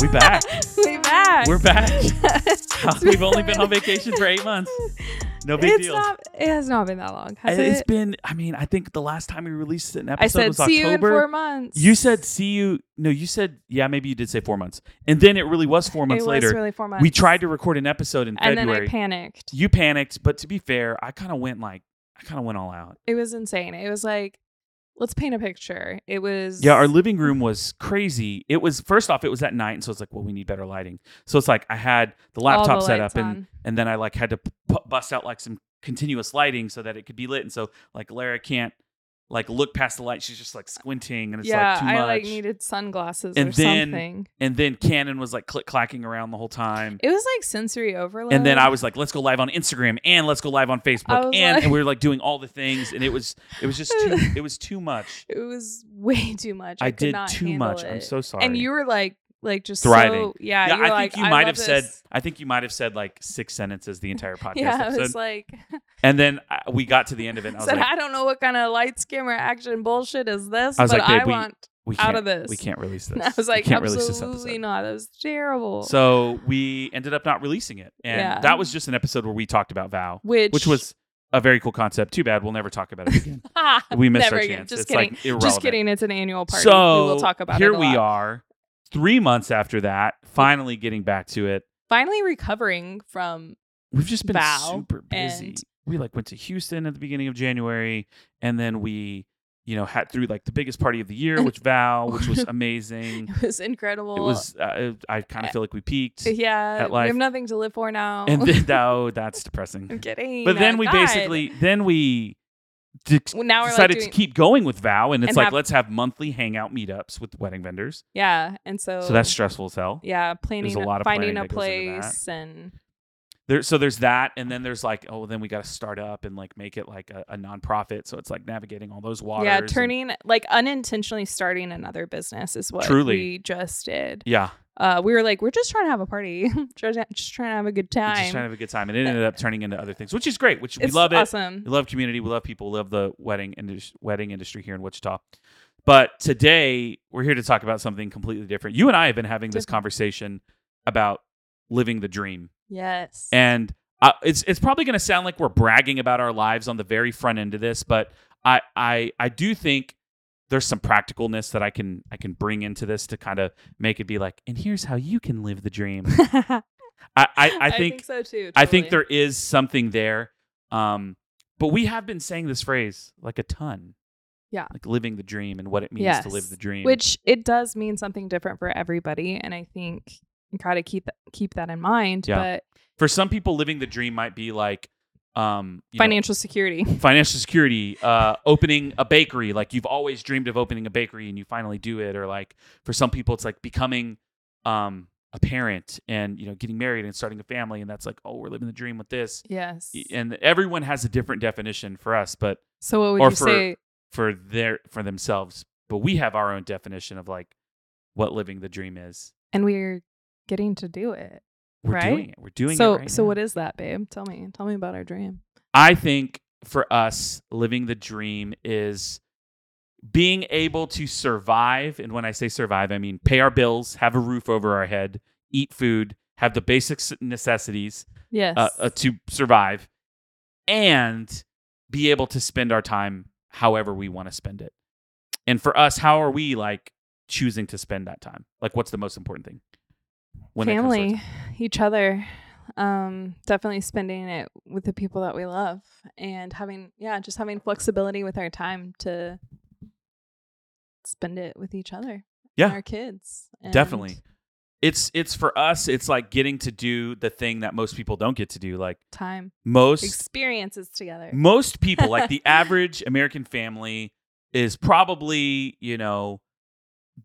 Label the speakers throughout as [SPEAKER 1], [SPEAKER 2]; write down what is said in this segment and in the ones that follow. [SPEAKER 1] We back.
[SPEAKER 2] we back.
[SPEAKER 1] We're back. We've only been on vacation for eight months. No big
[SPEAKER 2] it's
[SPEAKER 1] deal.
[SPEAKER 2] not. It has not been that long. Has
[SPEAKER 1] it's
[SPEAKER 2] it?
[SPEAKER 1] been. I mean, I think the last time we released an episode
[SPEAKER 2] I said
[SPEAKER 1] was
[SPEAKER 2] see
[SPEAKER 1] October.
[SPEAKER 2] you in four months.
[SPEAKER 1] You said see you. No, you said yeah. Maybe you did say four months, and then it really was four months
[SPEAKER 2] it
[SPEAKER 1] later.
[SPEAKER 2] was really four months.
[SPEAKER 1] we tried to record an episode in
[SPEAKER 2] and
[SPEAKER 1] February.
[SPEAKER 2] then I panicked.
[SPEAKER 1] you panicked, but to be fair, I kind of went like I kind of went all out.
[SPEAKER 2] It was insane. It was like, let's paint a picture. It was
[SPEAKER 1] Yeah, our living room was crazy. It was first off, it was at night, and so it's like, well, we need better lighting. So it's like I had the
[SPEAKER 2] all
[SPEAKER 1] laptop
[SPEAKER 2] the
[SPEAKER 1] set
[SPEAKER 2] lights
[SPEAKER 1] up, and
[SPEAKER 2] on.
[SPEAKER 1] and then I like had to p- p- bust out like some continuous lighting so that it could be lit, and so like Lara can't like look past the light; she's just like squinting, and it's
[SPEAKER 2] yeah,
[SPEAKER 1] like too much.
[SPEAKER 2] I like needed sunglasses
[SPEAKER 1] And
[SPEAKER 2] or
[SPEAKER 1] then-
[SPEAKER 2] something.
[SPEAKER 1] and then Canon was like click clacking around the whole time.
[SPEAKER 2] It was like sensory overload.
[SPEAKER 1] and then I was like, let's go live on Instagram and let's go live on Facebook,
[SPEAKER 2] was
[SPEAKER 1] and,
[SPEAKER 2] like-
[SPEAKER 1] and we were like doing all the things, and it was it was just too it was too much.
[SPEAKER 2] It was way too much. I,
[SPEAKER 1] I,
[SPEAKER 2] could
[SPEAKER 1] did
[SPEAKER 2] not
[SPEAKER 1] too
[SPEAKER 2] handle
[SPEAKER 1] much. I'm
[SPEAKER 2] it.
[SPEAKER 1] so sorry.
[SPEAKER 2] And you were like, like just
[SPEAKER 1] Thriving.
[SPEAKER 2] So, yeah,
[SPEAKER 1] yeah,
[SPEAKER 2] you were
[SPEAKER 1] I
[SPEAKER 2] like,
[SPEAKER 1] think you might
[SPEAKER 2] love
[SPEAKER 1] have said.
[SPEAKER 2] this.
[SPEAKER 1] I think you might have said like six sentences the entire podcast
[SPEAKER 2] Yeah, I
[SPEAKER 1] episode,
[SPEAKER 2] was like,
[SPEAKER 1] and then I, we got to the end of it. And I was
[SPEAKER 2] said,
[SPEAKER 1] like,
[SPEAKER 2] I don't know what kind of light skimmer action bullshit is this,
[SPEAKER 1] I was
[SPEAKER 2] but
[SPEAKER 1] like, babe,
[SPEAKER 2] I
[SPEAKER 1] we-
[SPEAKER 2] want.
[SPEAKER 1] we
[SPEAKER 2] out
[SPEAKER 1] can't,
[SPEAKER 2] of this.
[SPEAKER 1] We can't release this.
[SPEAKER 2] And I was
[SPEAKER 1] We
[SPEAKER 2] like,
[SPEAKER 1] can't release this
[SPEAKER 2] absolutely
[SPEAKER 1] episode.
[SPEAKER 2] not. That was terrible.
[SPEAKER 1] So we ended up not releasing it, and
[SPEAKER 2] Yeah.
[SPEAKER 1] that was just an episode where we talked about Vow,
[SPEAKER 2] which,
[SPEAKER 1] which was a very cool concept. Too bad we'll never talk about it again.
[SPEAKER 2] Ha!
[SPEAKER 1] we missed
[SPEAKER 2] Never
[SPEAKER 1] our
[SPEAKER 2] again.
[SPEAKER 1] chance.
[SPEAKER 2] Just
[SPEAKER 1] it's
[SPEAKER 2] kidding.
[SPEAKER 1] like irrelevant.
[SPEAKER 2] just kidding. It's an annual party.
[SPEAKER 1] So
[SPEAKER 2] we will talk about
[SPEAKER 1] here
[SPEAKER 2] it. a
[SPEAKER 1] we
[SPEAKER 2] lot.
[SPEAKER 1] are, three months after that, finally getting back to it.
[SPEAKER 2] finally recovering from
[SPEAKER 1] We've just been
[SPEAKER 2] Vow
[SPEAKER 1] super busy.
[SPEAKER 2] and-
[SPEAKER 1] We like went to Houston at the beginning of January, and then we, you know, had through like the biggest party of the year, which Vow, which was amazing.
[SPEAKER 2] it was incredible.
[SPEAKER 1] It was. Uh, I kind of feel like we peaked,
[SPEAKER 2] yeah.
[SPEAKER 1] at
[SPEAKER 2] We
[SPEAKER 1] life.
[SPEAKER 2] have nothing to live for now.
[SPEAKER 1] and then, oh, that's depressing.
[SPEAKER 2] I'm kidding. uh,
[SPEAKER 1] But then we
[SPEAKER 2] God.
[SPEAKER 1] basically then we de-
[SPEAKER 2] Well, now we're
[SPEAKER 1] decided
[SPEAKER 2] like doing,
[SPEAKER 1] to keep going with Vow, and it's
[SPEAKER 2] And
[SPEAKER 1] like
[SPEAKER 2] have-
[SPEAKER 1] let's have monthly hangout meetups with wedding vendors.
[SPEAKER 2] yeah, and so
[SPEAKER 1] so that's stressful as hell.
[SPEAKER 2] Oh. yeah, planning,
[SPEAKER 1] a lot of
[SPEAKER 2] finding
[SPEAKER 1] planning
[SPEAKER 2] a
[SPEAKER 1] that goes into that.
[SPEAKER 2] place, and
[SPEAKER 1] There, so there's that, and then there's like oh, then we got to start up and like make it like a, a nonprofit. So it's like navigating all those waters.
[SPEAKER 2] yeah,
[SPEAKER 1] and-
[SPEAKER 2] turning like unintentionally starting another business is what
[SPEAKER 1] Truly.
[SPEAKER 2] we just did.
[SPEAKER 1] yeah,
[SPEAKER 2] Uh, we were like, we're just trying to have a party, just, just trying to have a good
[SPEAKER 1] we're
[SPEAKER 2] time.
[SPEAKER 1] just trying to have a good time, and it ended up turning into other things, which is great. Which we
[SPEAKER 2] it's
[SPEAKER 1] love it.
[SPEAKER 2] awesome.
[SPEAKER 1] We love community. We love people. We love the wedding indus- wedding industry here in Wichita. But today we're here to talk about something completely different. You and I have been having this
[SPEAKER 2] Different.
[SPEAKER 1] conversation about living the dream,
[SPEAKER 2] Yes.
[SPEAKER 1] and uh, it's it's probably going to sound like we're bragging about our lives on the very front end of this, but I I I do think there's some practicalness that I can I can bring into this to kind of make it be like, and here's how you can live the dream.
[SPEAKER 2] I,
[SPEAKER 1] I I, I think
[SPEAKER 2] so too.
[SPEAKER 1] I think
[SPEAKER 2] totally.
[SPEAKER 1] there is something there. Um, but we have been saying this phrase like a ton.
[SPEAKER 2] Yeah.
[SPEAKER 1] Like living the dream and what it means to live
[SPEAKER 2] Yes.
[SPEAKER 1] the dream.
[SPEAKER 2] which it does mean something different for everybody, and I think you gotta keep keep that in mind.
[SPEAKER 1] Yeah.
[SPEAKER 2] But
[SPEAKER 1] for some people, living the dream might be like um you know,
[SPEAKER 2] financial security,
[SPEAKER 1] financial security, uh, opening a bakery, like you've always dreamed of opening a bakery and you finally do it, or like for some people it's like becoming um a parent and you know getting married and starting a family and that's like oh we're living the dream with this E,
[SPEAKER 2] yes.
[SPEAKER 1] and everyone has a different definition for us but
[SPEAKER 2] so what would
[SPEAKER 1] or
[SPEAKER 2] you
[SPEAKER 1] for-
[SPEAKER 2] say?
[SPEAKER 1] for their for themselves but we have our own definition of like what living the dream is
[SPEAKER 2] And we're getting to do it.
[SPEAKER 1] we're
[SPEAKER 2] Right?
[SPEAKER 1] doing it we're doing
[SPEAKER 2] so
[SPEAKER 1] it right
[SPEAKER 2] so
[SPEAKER 1] now.
[SPEAKER 2] what is that, babe? Tell me. Tell me about our dream.
[SPEAKER 1] i think for us living the dream is being able to survive and when i say survive i mean pay our bills have a roof over our head eat food have the basic s- necessities
[SPEAKER 2] Yes.
[SPEAKER 1] uh, uh, to survive and be able to spend our time however we want to spend it. And for us, how are we like choosing to spend that time? Like, what's the most important thing? it comes to our time?
[SPEAKER 2] family, each other. Um, definitely spending it with the people that we love and having yeah, just having flexibility with our time to spend it with each other.
[SPEAKER 1] Yeah.
[SPEAKER 2] And our kids. and-
[SPEAKER 1] definitely. It's it's for us. It's like getting to do the thing that most people don't get to do. Like
[SPEAKER 2] Time.
[SPEAKER 1] most
[SPEAKER 2] Experiences together.
[SPEAKER 1] most people like the average american family is probably you know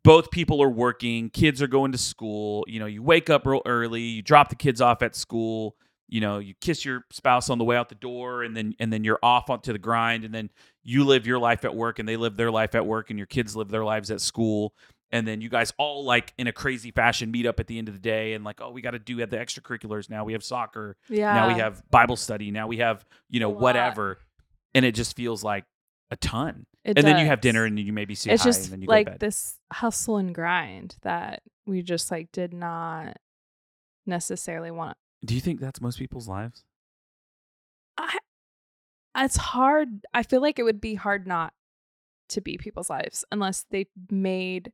[SPEAKER 1] both people are working kids are going to school you know you wake up real early you drop the kids off at school you know you kiss your spouse on the way out the door and then and then you're off onto the grind and then you live your life at work and they live their life at work and your kids live their lives at school and then you guys all like in a crazy fashion meet up at the end of the day and like oh we got to do the extracurriculars now we have soccer
[SPEAKER 2] yeah.
[SPEAKER 1] now we have bible study now we have you know
[SPEAKER 2] A lot.
[SPEAKER 1] whatever and it just feels like a ton
[SPEAKER 2] It
[SPEAKER 1] and then you have
[SPEAKER 2] does.
[SPEAKER 1] dinner and you maybe see
[SPEAKER 2] it's
[SPEAKER 1] hi
[SPEAKER 2] just
[SPEAKER 1] and then you
[SPEAKER 2] like
[SPEAKER 1] go to bed.
[SPEAKER 2] this hustle and grind that we just like did not necessarily want.
[SPEAKER 1] Do you think that's most people's lives?
[SPEAKER 2] I, it's hard. I feel like it would be hard not to be people's lives unless they made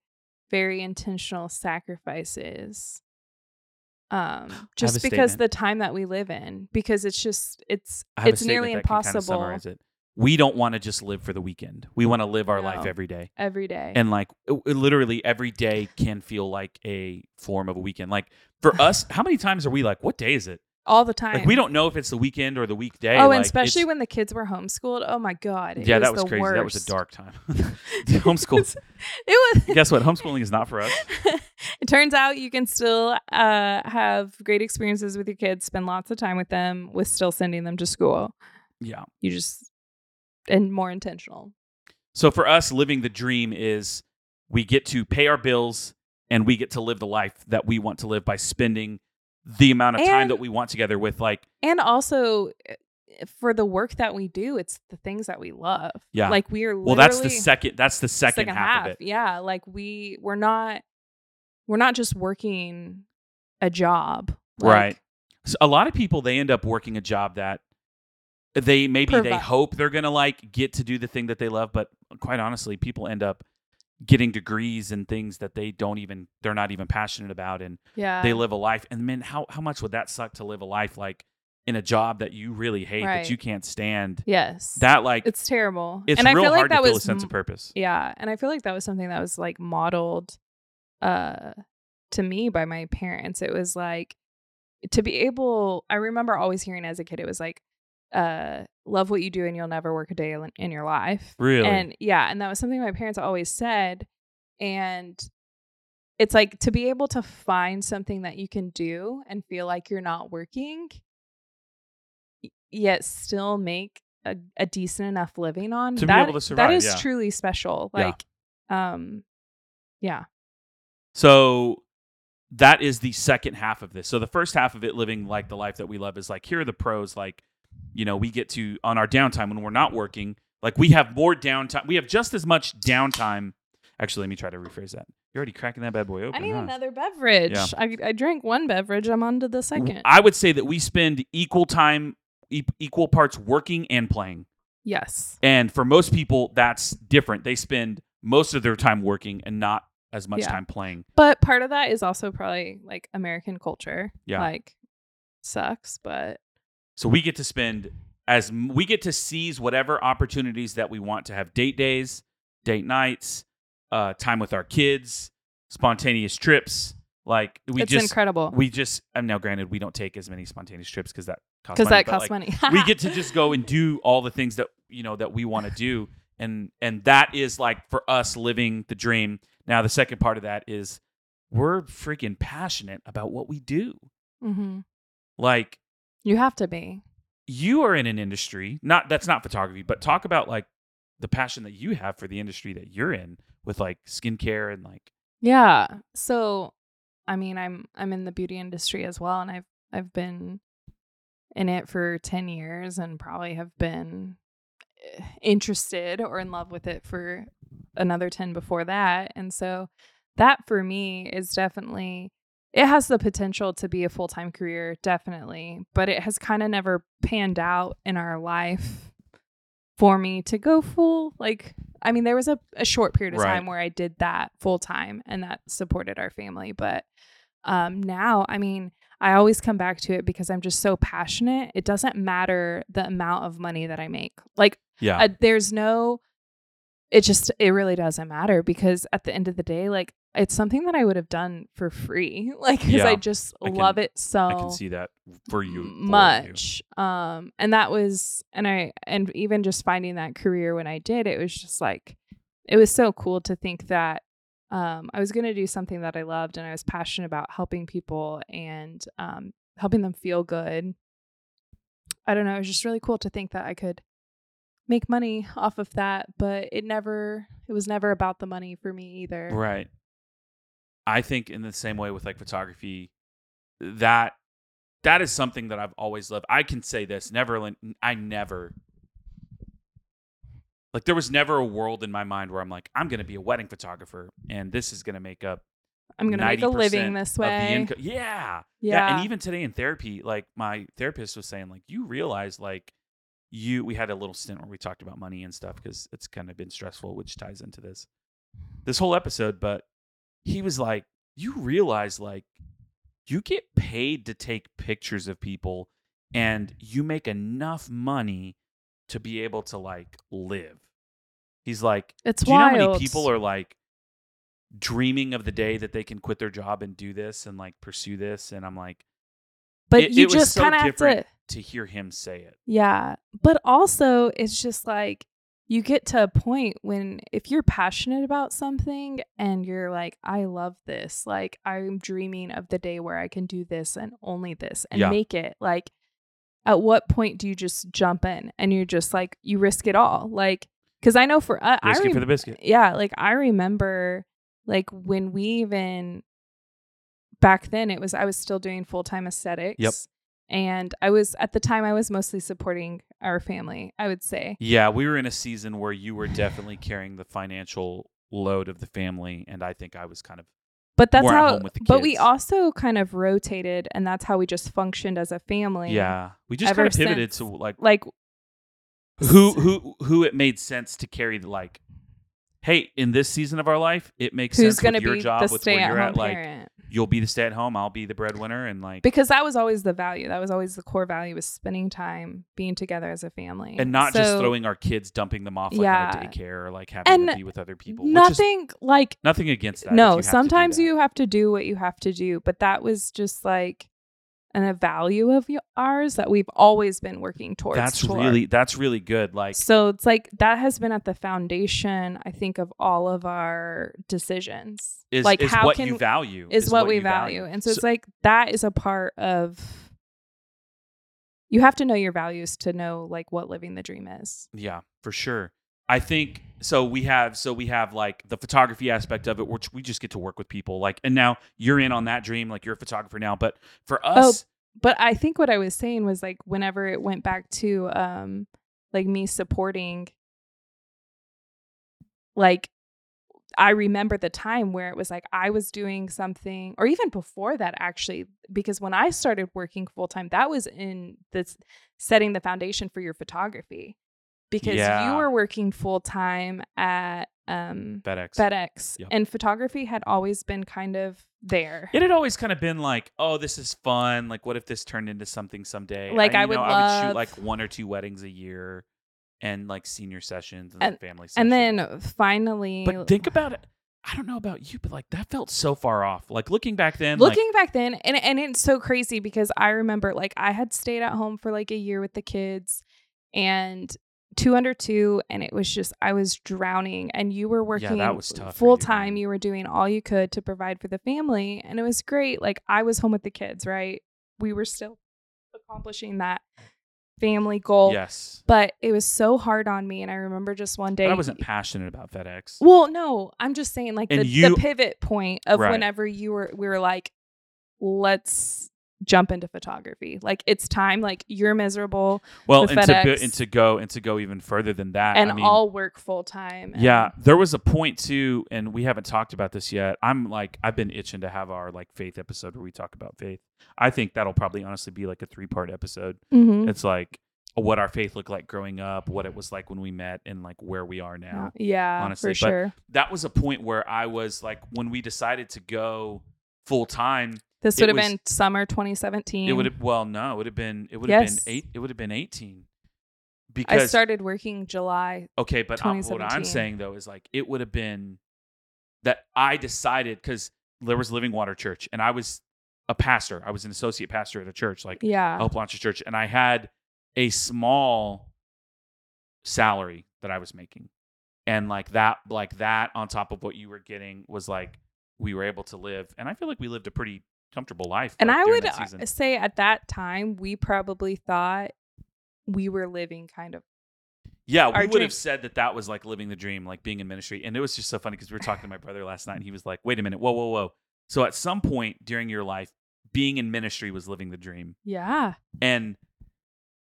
[SPEAKER 2] very intentional sacrifices. Um, just because
[SPEAKER 1] statement.
[SPEAKER 2] the time that we live in, because it's just it's
[SPEAKER 1] I have
[SPEAKER 2] it's
[SPEAKER 1] a statement
[SPEAKER 2] nearly
[SPEAKER 1] that can kinda
[SPEAKER 2] impossible
[SPEAKER 1] summarize it. We don't want to just live for the weekend. We want to live our life
[SPEAKER 2] No.
[SPEAKER 1] every day.
[SPEAKER 2] every day.
[SPEAKER 1] And like it- it literally every day can feel like a form of a weekend. Like for us, how many times are we like, what day is it?
[SPEAKER 2] all the time.
[SPEAKER 1] Like we don't know if it's the weekend or the weekday.
[SPEAKER 2] oh,
[SPEAKER 1] like,
[SPEAKER 2] and especially
[SPEAKER 1] it's-
[SPEAKER 2] when the kids were homeschooled. Oh my god. it
[SPEAKER 1] yeah, that was
[SPEAKER 2] the
[SPEAKER 1] crazy. That was
[SPEAKER 2] worst.
[SPEAKER 1] a dark time. Homeschool.
[SPEAKER 2] it was
[SPEAKER 1] Guess what? Homeschooling is not for us.
[SPEAKER 2] it turns out you can still uh, have great experiences with your kids, spend lots of time with them, with still sending them to school.
[SPEAKER 1] Yeah.
[SPEAKER 2] You just and more intentional.
[SPEAKER 1] So for us, living the dream is we get to pay our bills and we get to live the life that we want to live by spending the amount of time
[SPEAKER 2] And-
[SPEAKER 1] that we want together with like
[SPEAKER 2] And also eh, for the work that we do, it's the things that we love.
[SPEAKER 1] Yeah.
[SPEAKER 2] Like we are
[SPEAKER 1] well that's the
[SPEAKER 2] literally-
[SPEAKER 1] second that's the second, half, of it.
[SPEAKER 2] Yeah. Like we we're not we're not just working a job. Like,
[SPEAKER 1] Right. So a lot of people they end up working a job that they maybe they
[SPEAKER 2] Provi-
[SPEAKER 1] hope they're gonna like get to do the thing that they love, but quite honestly, people end up getting degrees and things that they don't even they're not even passionate about and
[SPEAKER 2] Yeah.
[SPEAKER 1] they live a life and man how, how much would that suck to live a life like in a job that you really hate that
[SPEAKER 2] Right.
[SPEAKER 1] you can't stand
[SPEAKER 2] yes.
[SPEAKER 1] that like it's,
[SPEAKER 2] it's terrible.
[SPEAKER 1] real hard to feel a
[SPEAKER 2] was
[SPEAKER 1] sense
[SPEAKER 2] m-
[SPEAKER 1] of purpose
[SPEAKER 2] Yeah, and I feel like that was something that was like modeled uh to me by my parents. It was like to be able I remember always hearing as a kid it was like uh love what you do and you'll never work a day in- in your life.
[SPEAKER 1] really
[SPEAKER 2] And yeah, and that was something my parents always said and it's like to be able to find something that you can do and feel like you're not working y- yet still make a, a decent enough living on
[SPEAKER 1] To be
[SPEAKER 2] that-
[SPEAKER 1] able to
[SPEAKER 2] that
[SPEAKER 1] survive,
[SPEAKER 2] is
[SPEAKER 1] yeah.
[SPEAKER 2] truly special
[SPEAKER 1] Yeah.
[SPEAKER 2] like um yeah
[SPEAKER 1] so that is the second half of this so the first half of it living like the life that we love is like here are the pros like you know we get to on our downtime when we're not working like we have more downtime we have just as much downtime actually let me try to rephrase that you're already cracking that bad boy open
[SPEAKER 2] i need
[SPEAKER 1] huh?
[SPEAKER 2] another beverage
[SPEAKER 1] Yeah.
[SPEAKER 2] I, I drank one beverage i'm on to
[SPEAKER 1] W-
[SPEAKER 2] the second
[SPEAKER 1] I would say that we spend equal time, e- equal parts working and playing.
[SPEAKER 2] yes
[SPEAKER 1] And for most people, that's different. They spend most of their time working and not as much
[SPEAKER 2] Yeah.
[SPEAKER 1] time playing.
[SPEAKER 2] but part of that is also probably like american culture
[SPEAKER 1] Yeah.
[SPEAKER 2] like sucks but
[SPEAKER 1] So we get to spend as m- we get to seize whatever opportunities that we want to have date days, date nights, uh, time with our kids, spontaneous trips. Like we
[SPEAKER 2] it's
[SPEAKER 1] just,
[SPEAKER 2] incredible
[SPEAKER 1] we just, and now granted, we don't take as many spontaneous trips because that costs
[SPEAKER 2] because
[SPEAKER 1] money.
[SPEAKER 2] that
[SPEAKER 1] but,
[SPEAKER 2] costs
[SPEAKER 1] like,
[SPEAKER 2] money
[SPEAKER 1] we get to just go and do all the things that you know that we want to do and and that is like for us living the dream now the second part of that is we're freaking passionate about what we do
[SPEAKER 2] hmm
[SPEAKER 1] like
[SPEAKER 2] You have to be.
[SPEAKER 1] you are in an industry not that's not photography but talk about like the passion that you have for the industry that you're in with like skincare and like
[SPEAKER 2] Yeah. So, I mean, I'm I'm in the beauty industry as well, and I've I've been in it for ten years, and probably have been eh, interested or in love with it for another ten before that, and so that for me is definitely it has the potential to be a full-time career definitely but it has kind of never panned out in our life for me to go full like i mean there was a, a short period of
[SPEAKER 1] Right.
[SPEAKER 2] time where i did that full-time and that supported our family but um now i mean i always come back to it because i'm just so passionate it doesn't matter the amount of money that i make like
[SPEAKER 1] yeah
[SPEAKER 2] uh, there's no it just it really doesn't matter because at the end of the day like it's something that i would have done for free like because
[SPEAKER 1] Yeah.
[SPEAKER 2] i just
[SPEAKER 1] I can-
[SPEAKER 2] love it so
[SPEAKER 1] i can see that for you for you.
[SPEAKER 2] much um and that was and i and even just finding that career when i did it was just like it was so cool to think that um i was going to do something that i loved and i was passionate about helping people and um helping them feel good i don't know it was just really cool to think that i could make money off of that but it never it was never about the money for me either
[SPEAKER 1] Right. I think in the same way with like photography, that that is something that I've always loved. I can say this, never I never Like there was never a world in my mind where I'm like, I'm gonna be a wedding photographer and this is gonna make up
[SPEAKER 2] I'm gonna make a
[SPEAKER 1] 90%
[SPEAKER 2] living this
[SPEAKER 1] of the
[SPEAKER 2] way.
[SPEAKER 1] income. Yeah.
[SPEAKER 2] yeah.
[SPEAKER 1] And even today in therapy, like my therapist was saying, like, you realize like you we had a little stint where we talked about money and stuff because it's kind of been stressful, which ties into this this whole episode. But he was like, You realize like you get paid to take pictures of people and you make enough money to be able to like live. He's like,
[SPEAKER 2] it's
[SPEAKER 1] do you
[SPEAKER 2] wild.
[SPEAKER 1] know how many people are like dreaming of the day that they can quit their job and do this and like pursue this? And I'm like,
[SPEAKER 2] but
[SPEAKER 1] it-
[SPEAKER 2] you
[SPEAKER 1] it was
[SPEAKER 2] just
[SPEAKER 1] so
[SPEAKER 2] kind of have
[SPEAKER 1] different.
[SPEAKER 2] to.
[SPEAKER 1] to hear him say it.
[SPEAKER 2] Yeah. But also, it's just like you get to a point when if you're passionate about something and you're like, I love this, like I'm dreaming of the day where I can do this and only this and
[SPEAKER 1] Yeah.
[SPEAKER 2] make it, like, at what point do you just jump in and you're just like, you risk it all? Like, because I know for uh, I
[SPEAKER 1] Risk it
[SPEAKER 2] rem-
[SPEAKER 1] for the biscuit.
[SPEAKER 2] yeah like i remember like when we even back then it was i was still doing full-time aesthetics and i was at the time i was mostly supporting our family i would say
[SPEAKER 1] Yeah, we were in a season where you were definitely carrying the financial load of the family, and I think I was kind of
[SPEAKER 2] but that's
[SPEAKER 1] More at
[SPEAKER 2] how
[SPEAKER 1] home with the
[SPEAKER 2] but we
[SPEAKER 1] kids.
[SPEAKER 2] also kind of rotated and that's how we just functioned as a family
[SPEAKER 1] yeah. We just
[SPEAKER 2] Ever
[SPEAKER 1] kind of pivoted
[SPEAKER 2] since-
[SPEAKER 1] to like
[SPEAKER 2] like
[SPEAKER 1] who who who it made sense to carry the like. Hey, in this season of our life, it makes sense
[SPEAKER 2] who's
[SPEAKER 1] with
[SPEAKER 2] going to
[SPEAKER 1] your
[SPEAKER 2] be
[SPEAKER 1] job with
[SPEAKER 2] the
[SPEAKER 1] where
[SPEAKER 2] stay-at-home
[SPEAKER 1] you're at. Like,
[SPEAKER 2] parent
[SPEAKER 1] you'll be the stay-at-home, I'll be the breadwinner, and like
[SPEAKER 2] because that was always the value that was always the core value was spending time being together as a family
[SPEAKER 1] and not just
[SPEAKER 2] So-
[SPEAKER 1] throwing our kids, dumping them off like on a
[SPEAKER 2] Yeah.
[SPEAKER 1] daycare or like having to
[SPEAKER 2] And
[SPEAKER 1] be with other people. Which is
[SPEAKER 2] nothing like
[SPEAKER 1] nothing against that. if you
[SPEAKER 2] no
[SPEAKER 1] have to do
[SPEAKER 2] sometimes
[SPEAKER 1] that.
[SPEAKER 2] you have to do what you have to do but that was just like an a value of y- ours that we've always been working towards
[SPEAKER 1] That's
[SPEAKER 2] toward.
[SPEAKER 1] really that's really good. Like
[SPEAKER 2] so it's like that has been at the foundation i think of all of our decisions
[SPEAKER 1] is
[SPEAKER 2] like
[SPEAKER 1] is
[SPEAKER 2] how
[SPEAKER 1] what
[SPEAKER 2] can
[SPEAKER 1] you value
[SPEAKER 2] is, what, we
[SPEAKER 1] you
[SPEAKER 2] value. and so,
[SPEAKER 1] So-
[SPEAKER 2] it's like that is a part of you have to know your values to know like what living the dream is
[SPEAKER 1] Yeah, for sure. I think so we have so we have like the photography aspect of it which we just get to work with people like and now you're in on that dream like you're a photographer now but for
[SPEAKER 2] Oh,
[SPEAKER 1] us
[SPEAKER 2] but I think what I was saying was like whenever it went back to um like me supporting like I remember the time where it was like I was doing something or even before that actually because when I started working full time that was in this setting the foundation for your photography because
[SPEAKER 1] Yeah.
[SPEAKER 2] you were working full time at um
[SPEAKER 1] FedEx
[SPEAKER 2] FedEx
[SPEAKER 1] Yep.
[SPEAKER 2] and photography had always been kind of there.
[SPEAKER 1] it had always kind of been like oh this is fun like what if this turned into something someday
[SPEAKER 2] Like,
[SPEAKER 1] I,
[SPEAKER 2] I
[SPEAKER 1] you
[SPEAKER 2] would
[SPEAKER 1] know, I would shoot
[SPEAKER 2] love-
[SPEAKER 1] like one or two weddings a year and like senior sessions and, like, family sessions
[SPEAKER 2] and then finally
[SPEAKER 1] but think about it I don't know about you but like that felt so far off like looking back then like,
[SPEAKER 2] looking back then and and it's so crazy because I remember like I had stayed at home for like a year with the kids and two under two and it was just I was drowning and you were
[SPEAKER 1] Yeah, that
[SPEAKER 2] working
[SPEAKER 1] was tough for you,
[SPEAKER 2] full time
[SPEAKER 1] man.
[SPEAKER 2] you were doing all you could to provide for the family and it was great like I was home with the kids right we were still accomplishing that family goal
[SPEAKER 1] yes
[SPEAKER 2] but it was so hard on me and I remember just one day
[SPEAKER 1] but I wasn't passionate about FedEx
[SPEAKER 2] Well, no, I'm just saying like the,
[SPEAKER 1] And you-
[SPEAKER 2] the pivot point of
[SPEAKER 1] Right.
[SPEAKER 2] whenever you were we were like, let's jump into photography. Like it's time. Like you're miserable
[SPEAKER 1] Well,
[SPEAKER 2] with
[SPEAKER 1] and to, bu-
[SPEAKER 2] FedEx.
[SPEAKER 1] and to go and to go even further than that,
[SPEAKER 2] and
[SPEAKER 1] I mean,
[SPEAKER 2] I'll work full time. and-
[SPEAKER 1] yeah, there was a point too, and we haven't talked about this yet. I'm like, I've been itching to have our like faith episode where we talk about faith. I think that'll probably honestly be like a three part episode.
[SPEAKER 2] Mhm.
[SPEAKER 1] It's like what our faith looked like growing up, what it was like when we met, and like where we are now.
[SPEAKER 2] yeah,
[SPEAKER 1] honestly,
[SPEAKER 2] for sure.
[SPEAKER 1] That was a point where I was like, when we decided to go full time,
[SPEAKER 2] This
[SPEAKER 1] it
[SPEAKER 2] would have
[SPEAKER 1] was-
[SPEAKER 2] been summer 2017.
[SPEAKER 1] it would have. Well, no, it would have been. It would have
[SPEAKER 2] Yes.
[SPEAKER 1] been eight. It would have been eighteen.
[SPEAKER 2] I
[SPEAKER 1] Because
[SPEAKER 2] started working July.
[SPEAKER 1] Okay, but I'm, what I'm
[SPEAKER 2] 2017.
[SPEAKER 1] saying though is like it would have been that I decided because there was Living Water Church and I was a pastor. I was an associate pastor at a church, like
[SPEAKER 2] Yeah.
[SPEAKER 1] Hope Launcher Church, and I had a small salary that I was making, and like that, like that on top of what you were getting was like we were able to live, and I feel like we lived a pretty comfortable life.
[SPEAKER 2] and
[SPEAKER 1] like,
[SPEAKER 2] I
[SPEAKER 1] during
[SPEAKER 2] would
[SPEAKER 1] that
[SPEAKER 2] uh,
[SPEAKER 1] season.
[SPEAKER 2] say at that time we probably thought we were living kind of
[SPEAKER 1] Yeah, we
[SPEAKER 2] our
[SPEAKER 1] would
[SPEAKER 2] dream-
[SPEAKER 1] have said that that was like living the dream, like being in ministry. And it was just so funny because we were talking to my brother last night and he was like, wait a minute, whoa, whoa, whoa. So at some point during your life, being in ministry was living the dream.
[SPEAKER 2] yeah.
[SPEAKER 1] And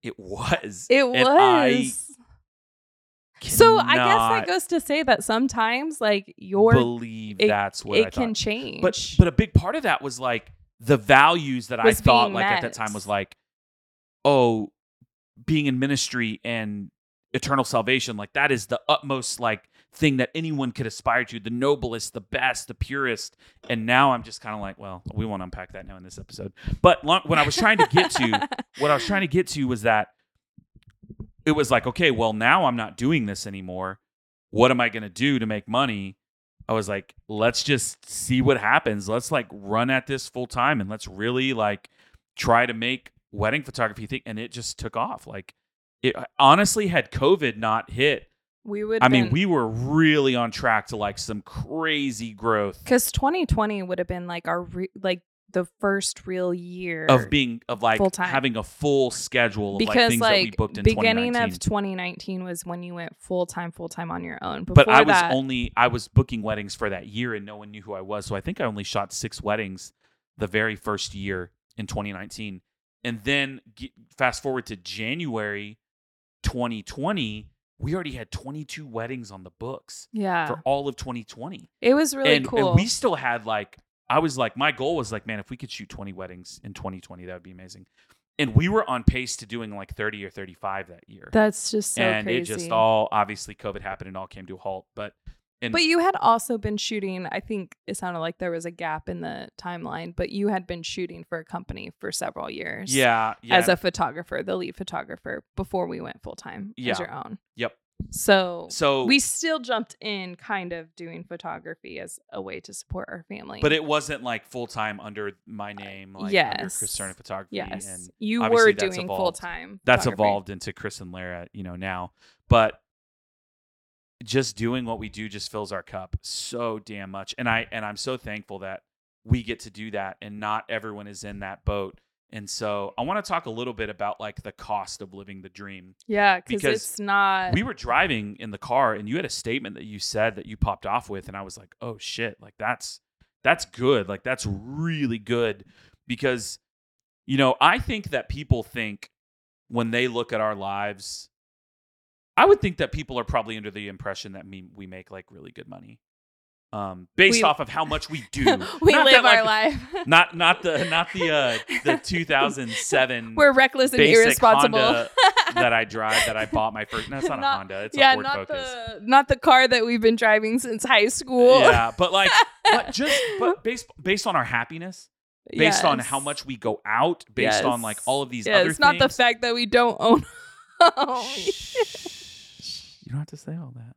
[SPEAKER 1] it was.
[SPEAKER 2] It
[SPEAKER 1] And
[SPEAKER 2] was.
[SPEAKER 1] I
[SPEAKER 2] So I guess that
[SPEAKER 1] cannot
[SPEAKER 2] goes to say that sometimes like your
[SPEAKER 1] believe
[SPEAKER 2] it-
[SPEAKER 1] that's what I
[SPEAKER 2] it
[SPEAKER 1] thought.
[SPEAKER 2] can change.
[SPEAKER 1] But but a big part of that was like the values that I
[SPEAKER 2] Was
[SPEAKER 1] thought
[SPEAKER 2] being
[SPEAKER 1] like at that
[SPEAKER 2] met.
[SPEAKER 1] time was like, oh, being in ministry and eternal salvation, like that is the utmost like thing that anyone could aspire to, the noblest, the best, the purest. And now I'm just kind of like, well, we won't unpack that now in this episode. But long, when I was trying to get to what I was trying to get to was that it was like, okay, well, now I'm not doing this anymore. What am I going to do to make money? I was like, let's just see what happens. Let's like run at this full time and let's really like try to make wedding photography thing. And it just took off. Like, it honestly had COVID not hit.
[SPEAKER 2] we would.
[SPEAKER 1] I mean, we were really on track to like some crazy growth
[SPEAKER 2] because 2020 would have been like our re- like the first real year
[SPEAKER 1] of being of like
[SPEAKER 2] Full-time.
[SPEAKER 1] having a full schedule of like
[SPEAKER 2] because
[SPEAKER 1] things that we
[SPEAKER 2] like,
[SPEAKER 1] booked in
[SPEAKER 2] beginning
[SPEAKER 1] 2019.
[SPEAKER 2] of 2019 was when you went full time full time on your own. Before
[SPEAKER 1] but I was
[SPEAKER 2] that,
[SPEAKER 1] only I was booking weddings for that year, and no one knew who I was. So I think I only shot six weddings the very first year in 2019, and then ge- fast forward to January 2020, we already had 22 weddings on the books
[SPEAKER 2] yeah,
[SPEAKER 1] for all of 2020,
[SPEAKER 2] it was really
[SPEAKER 1] and,
[SPEAKER 2] cool.
[SPEAKER 1] and we still had like I was like my goal was like man, if we could shoot 20 weddings in 2020, that would be amazing, and we were on pace to doing like 30 or 35 that year
[SPEAKER 2] That's just so
[SPEAKER 1] and
[SPEAKER 2] crazy.
[SPEAKER 1] it just all obviously COVID happened and all came to a halt. But and
[SPEAKER 2] But you had also been shooting. I think it sounded like there was a gap in the timeline, but you had been shooting for a company for several years.
[SPEAKER 1] yeah, yeah,
[SPEAKER 2] As a photographer, the lead photographer, before we went full time
[SPEAKER 1] Yeah.
[SPEAKER 2] as your own.
[SPEAKER 1] Yep.
[SPEAKER 2] So,
[SPEAKER 1] so
[SPEAKER 2] we still jumped in kind of doing photography as a way to support our family.
[SPEAKER 1] but it wasn't like full time under my name, like under
[SPEAKER 2] yes.
[SPEAKER 1] Chris Cerna Photography.
[SPEAKER 2] yes,
[SPEAKER 1] and
[SPEAKER 2] you
[SPEAKER 1] obviously
[SPEAKER 2] were
[SPEAKER 1] that's
[SPEAKER 2] doing full
[SPEAKER 1] evolved.
[SPEAKER 2] time.
[SPEAKER 1] that's evolved into Chris and Lara, you know, now. But just doing what we do just fills our cup so damn much. And I and I'm so thankful that we get to do that and not everyone is in that boat. And so I want to talk a little bit about like the cost of living the dream.
[SPEAKER 2] Yeah, because
[SPEAKER 1] because
[SPEAKER 2] it's not.
[SPEAKER 1] we were driving in the car and you had a statement that you said that you popped off with and i was like oh shit like that's that's good like that's really good because you know i think that people think when they look at our lives i would think that people are probably under the impression that me, we make like really good money um based
[SPEAKER 2] We-
[SPEAKER 1] off of how much we do
[SPEAKER 2] we
[SPEAKER 1] Not that,
[SPEAKER 2] live
[SPEAKER 1] like,
[SPEAKER 2] our life.
[SPEAKER 1] not not the not the uh the 2007
[SPEAKER 2] We're reckless and
[SPEAKER 1] basic
[SPEAKER 2] irresponsible.
[SPEAKER 1] Honda that i drive that i bought my first no, it's not, a
[SPEAKER 2] Not-
[SPEAKER 1] honda it's
[SPEAKER 2] yeah,
[SPEAKER 1] a ford
[SPEAKER 2] not
[SPEAKER 1] focus
[SPEAKER 2] the not the car that we've been driving since high school.
[SPEAKER 1] Yeah, but like, but just but based based on our happiness, based on how
[SPEAKER 2] Yes.
[SPEAKER 1] much we go out, based on like all of these
[SPEAKER 2] Yeah,
[SPEAKER 1] other
[SPEAKER 2] it's not the Oh.
[SPEAKER 1] things.
[SPEAKER 2] fact that we don't own.
[SPEAKER 1] Shh. you don't have to say all that.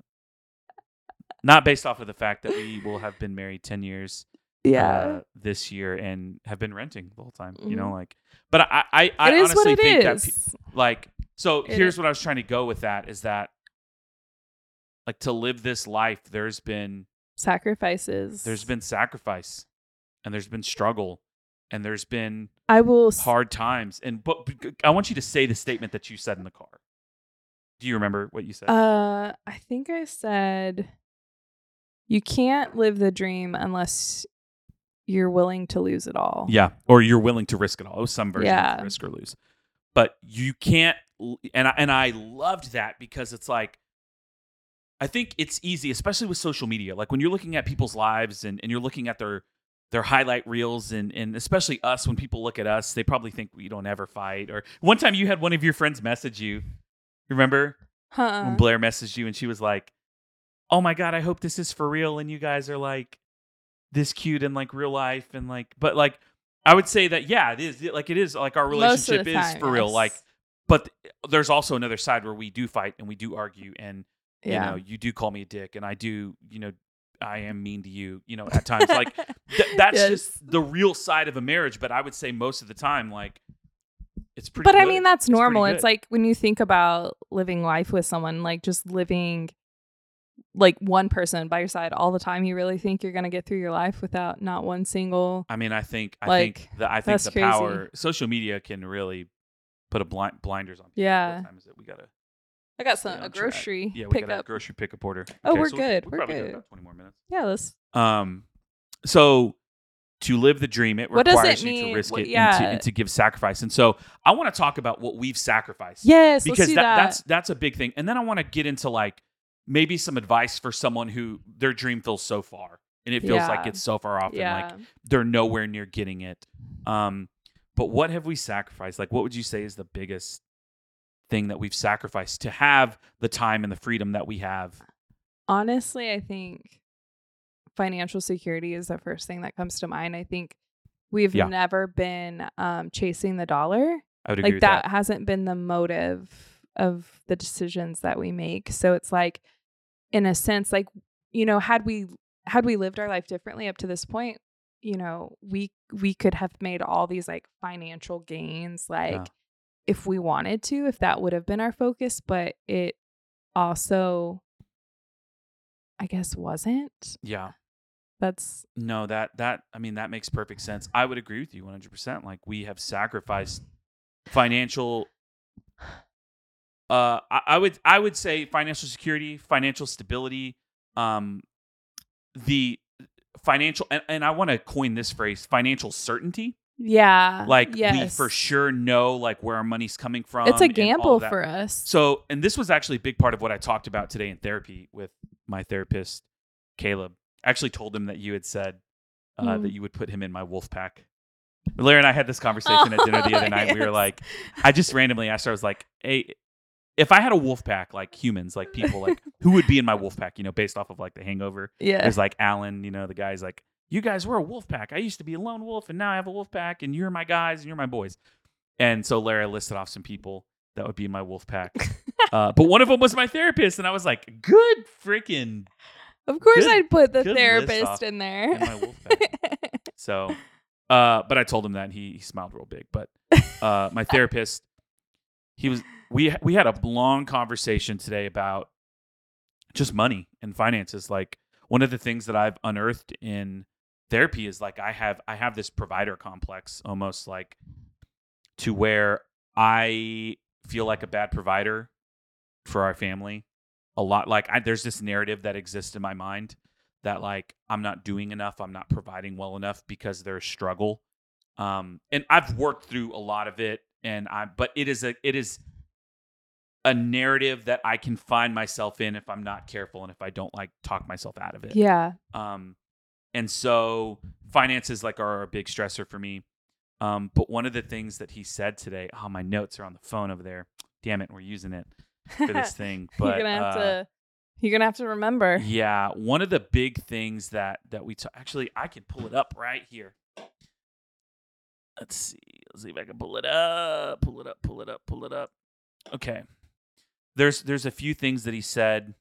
[SPEAKER 1] Not based off of the fact that we will have been married ten years
[SPEAKER 2] yeah, Mm-hmm.
[SPEAKER 1] uh, this year and have been renting the whole time. You know, like, but I I, I
[SPEAKER 2] it is
[SPEAKER 1] honestly
[SPEAKER 2] what it
[SPEAKER 1] think that
[SPEAKER 2] is.
[SPEAKER 1] pe- like so
[SPEAKER 2] It
[SPEAKER 1] here's
[SPEAKER 2] is.
[SPEAKER 1] what i was trying to go with that is that like to live this life there's been
[SPEAKER 2] Sacrifices.
[SPEAKER 1] there's been sacrifice and there's been struggle and there's been
[SPEAKER 2] I will. s-
[SPEAKER 1] hard times and but but i want you to say the statement that you said in the car do you remember what you said
[SPEAKER 2] Uh, I think I said, you can't live the dream unless you're willing to lose it all.
[SPEAKER 1] yeah or you're willing to risk it all It was some version
[SPEAKER 2] Yeah.
[SPEAKER 1] of risk or lose but you can't l- and I, and i loved that because it's like i think it's easy especially with social media like when you're looking at people's lives and, and you're looking at their their highlight reels and and especially us when people look at us they probably think we don't ever fight or one time you had one of your friends message you remember
[SPEAKER 2] Huh.
[SPEAKER 1] when Blair messaged you and she was like, "Oh my god, I hope this is for real and you guys are like this cute in like real life and like but like I would say that yeah, it is like it is like our
[SPEAKER 2] Most of
[SPEAKER 1] relationship
[SPEAKER 2] the
[SPEAKER 1] is
[SPEAKER 2] time,
[SPEAKER 1] for real
[SPEAKER 2] yes.
[SPEAKER 1] like but there's also another side where we do fight and we do argue and
[SPEAKER 2] yeah.
[SPEAKER 1] you know, you do call me a dick and I do, you know, I am mean to you, you know, at times like th- that's
[SPEAKER 2] Yes.
[SPEAKER 1] just the real side of a marriage, but I would say most of the time like it's pretty
[SPEAKER 2] but I
[SPEAKER 1] good.
[SPEAKER 2] mean, that's
[SPEAKER 1] It's pretty
[SPEAKER 2] normal.
[SPEAKER 1] good.
[SPEAKER 2] It's like when you think about living life with someone, like just living like one person by your side all the time, you really think you're going to get through your life without not one single.
[SPEAKER 1] I mean, I think I think
[SPEAKER 2] Like,
[SPEAKER 1] that I think
[SPEAKER 2] that's
[SPEAKER 1] the
[SPEAKER 2] crazy.
[SPEAKER 1] power social media can really put a blind blinders on. People.
[SPEAKER 2] Yeah.
[SPEAKER 1] What time is it? We gotta.
[SPEAKER 2] I got some
[SPEAKER 1] Yeah,
[SPEAKER 2] a
[SPEAKER 1] I'm sure I-
[SPEAKER 2] grocery
[SPEAKER 1] Yeah, we gotta have
[SPEAKER 2] pickup.
[SPEAKER 1] grocery pickup order.
[SPEAKER 2] Oh, we're
[SPEAKER 1] we-
[SPEAKER 2] good.
[SPEAKER 1] we
[SPEAKER 2] We're
[SPEAKER 1] probably got
[SPEAKER 2] good.
[SPEAKER 1] about Twenty more minutes.
[SPEAKER 2] yeah, let's.
[SPEAKER 1] Um, so to live the dream, it
[SPEAKER 2] What does
[SPEAKER 1] requires
[SPEAKER 2] it
[SPEAKER 1] you to
[SPEAKER 2] mean?
[SPEAKER 1] risk
[SPEAKER 2] What-
[SPEAKER 1] it and, to,
[SPEAKER 2] yeah.
[SPEAKER 1] and to give sacrifice. And so I want to talk about what we've sacrificed
[SPEAKER 2] Yes,
[SPEAKER 1] because
[SPEAKER 2] let's do
[SPEAKER 1] that-
[SPEAKER 2] that.
[SPEAKER 1] that's that's a big thing. And then I want to get into like maybe some advice for someone who their dream feels so far and it feels like
[SPEAKER 2] Yeah.
[SPEAKER 1] it's so far off and like
[SPEAKER 2] yeah.
[SPEAKER 1] they're nowhere near getting it. Um, but what have we sacrificed? Like, what would you say is the biggest thing that we've sacrificed to have the time and the freedom that we have?
[SPEAKER 2] Honestly, I think financial security is the first thing that comes to mind. I think we've
[SPEAKER 1] Yeah.
[SPEAKER 2] never been um, chasing the dollar.
[SPEAKER 1] I would agree
[SPEAKER 2] like
[SPEAKER 1] with
[SPEAKER 2] that,
[SPEAKER 1] that.
[SPEAKER 2] hasn't been the motive of the decisions that we make so it's like in a sense like you know had we had we lived our life differently up to this point you know we we could have made all these like financial gains like
[SPEAKER 1] Yeah.
[SPEAKER 2] if we wanted to if that would have been our focus but it also i guess wasn't
[SPEAKER 1] Yeah.
[SPEAKER 2] that's
[SPEAKER 1] No, that that I mean that makes perfect sense. I would agree with you 100%. Like we have sacrificed financial uh I, I would I would say financial security, financial stability, um the financial and, and I want to coin this phrase financial certainty.
[SPEAKER 2] yeah
[SPEAKER 1] Like we
[SPEAKER 2] Uh, yes.
[SPEAKER 1] for sure know like where our money's coming from.
[SPEAKER 2] it's a
[SPEAKER 1] and all
[SPEAKER 2] gamble
[SPEAKER 1] that.
[SPEAKER 2] for us
[SPEAKER 1] So, and this was actually a big part of what I talked about today in therapy with my therapist, Caleb. I actually told him that you had said uh,
[SPEAKER 2] Mm.
[SPEAKER 1] that you would put him in my wolf pack. Larry and I had this conversation at dinner the other night. We were
[SPEAKER 2] Oh, Yes.
[SPEAKER 1] like, I just randomly asked her, I was like, hey, if I had a wolf pack, like humans, like people, like who would be in my wolf pack, you know, based off of like the hangover?
[SPEAKER 2] yeah
[SPEAKER 1] There's like Alan, you know, the guy's like, you guys were a wolf pack. I used to be a lone wolf and now I have a wolf pack and you're my guys and you're my boys. And so Larry listed off some people that would be in my wolf pack. Uh, but one of them was my therapist, and I was like, "Good freaking
[SPEAKER 2] Of course,
[SPEAKER 1] Good-
[SPEAKER 2] I'd put the
[SPEAKER 1] good list off
[SPEAKER 2] therapist in there.
[SPEAKER 1] in my wolf pack." So, uh, but I told him that and he, he smiled real big. But uh, my therapist, he was we we had a long conversation today about just money and finances. Like one of the things that I've unearthed in therapy is like I have I have this provider complex almost like to where I feel like a bad provider for our family a lot like I, there's this narrative that exists in my mind that like I'm not doing enough, I'm not providing well enough because there's struggle. Um and I've worked through a lot of it and I but it is a it is a narrative that I can find myself in if I'm not careful and if I don't like talk myself out of it.
[SPEAKER 2] yeah.
[SPEAKER 1] Um, and so finances like are a big stressor for me. Um, but one of the things that he said today, oh, my notes are on the phone over there. Damn it, we're using it for this thing. But
[SPEAKER 2] you're gonna have
[SPEAKER 1] uh,
[SPEAKER 2] to. You're gonna have to remember.
[SPEAKER 1] yeah, one of the big things that that we ta- actually I can pull it up right here. Let's see. Let's see if I can pull it up. Pull it up. Pull it up. Pull it up. Okay. There's there's a few things that he said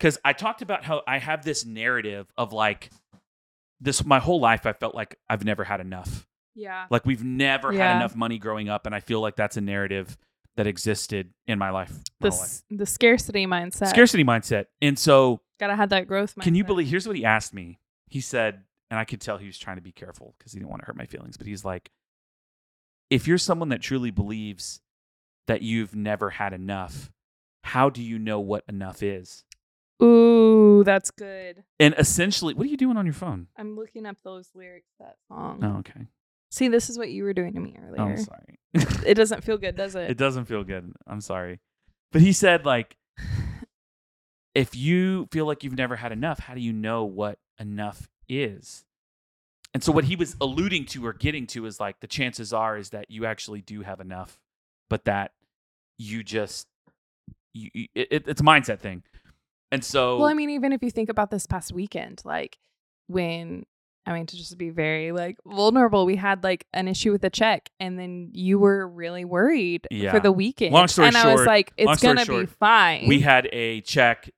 [SPEAKER 1] cuz I talked about how I have this narrative of like this my whole life I felt like I've never had enough.
[SPEAKER 2] Yeah.
[SPEAKER 1] Like we've never had
[SPEAKER 2] Yeah.
[SPEAKER 1] enough money growing up and I feel like that's a narrative that existed in my life. my
[SPEAKER 2] The
[SPEAKER 1] whole life.
[SPEAKER 2] s- the scarcity mindset.
[SPEAKER 1] Scarcity mindset. And so
[SPEAKER 2] Gotta have that growth mindset.
[SPEAKER 1] can you believe? Here's what he asked me. He said, and I could tell he was trying to be careful because he didn't want to hurt my feelings, but he's like, if you're someone that truly believes that you've never had enough, how do you know what enough is?
[SPEAKER 2] Ooh, that's good.
[SPEAKER 1] And essentially, what are you doing on your phone?
[SPEAKER 2] I'm looking up those lyrics to that song.
[SPEAKER 1] Oh, okay.
[SPEAKER 2] See, this is what you were doing to me
[SPEAKER 1] Oh, I'm
[SPEAKER 2] earlier.
[SPEAKER 1] sorry.
[SPEAKER 2] it doesn't feel good, does it?
[SPEAKER 1] it doesn't feel good. I'm sorry. But he said, like, if you feel like you've never had enough, how do you know what enough is? And so what he was alluding to or getting to is like the chances are is that you actually do have enough, but that you just you, you- it, it- it's a mindset thing. And so
[SPEAKER 2] Well, I mean, even if you think about this past weekend, like when I mean to just be very like vulnerable, we had like an issue with a check, and then you were really worried
[SPEAKER 1] Yeah.
[SPEAKER 2] for the weekend.
[SPEAKER 1] Long story
[SPEAKER 2] and I was
[SPEAKER 1] short-
[SPEAKER 2] like,
[SPEAKER 1] long
[SPEAKER 2] it's
[SPEAKER 1] story
[SPEAKER 2] gonna be
[SPEAKER 1] short,
[SPEAKER 2] fine.
[SPEAKER 1] we had a check.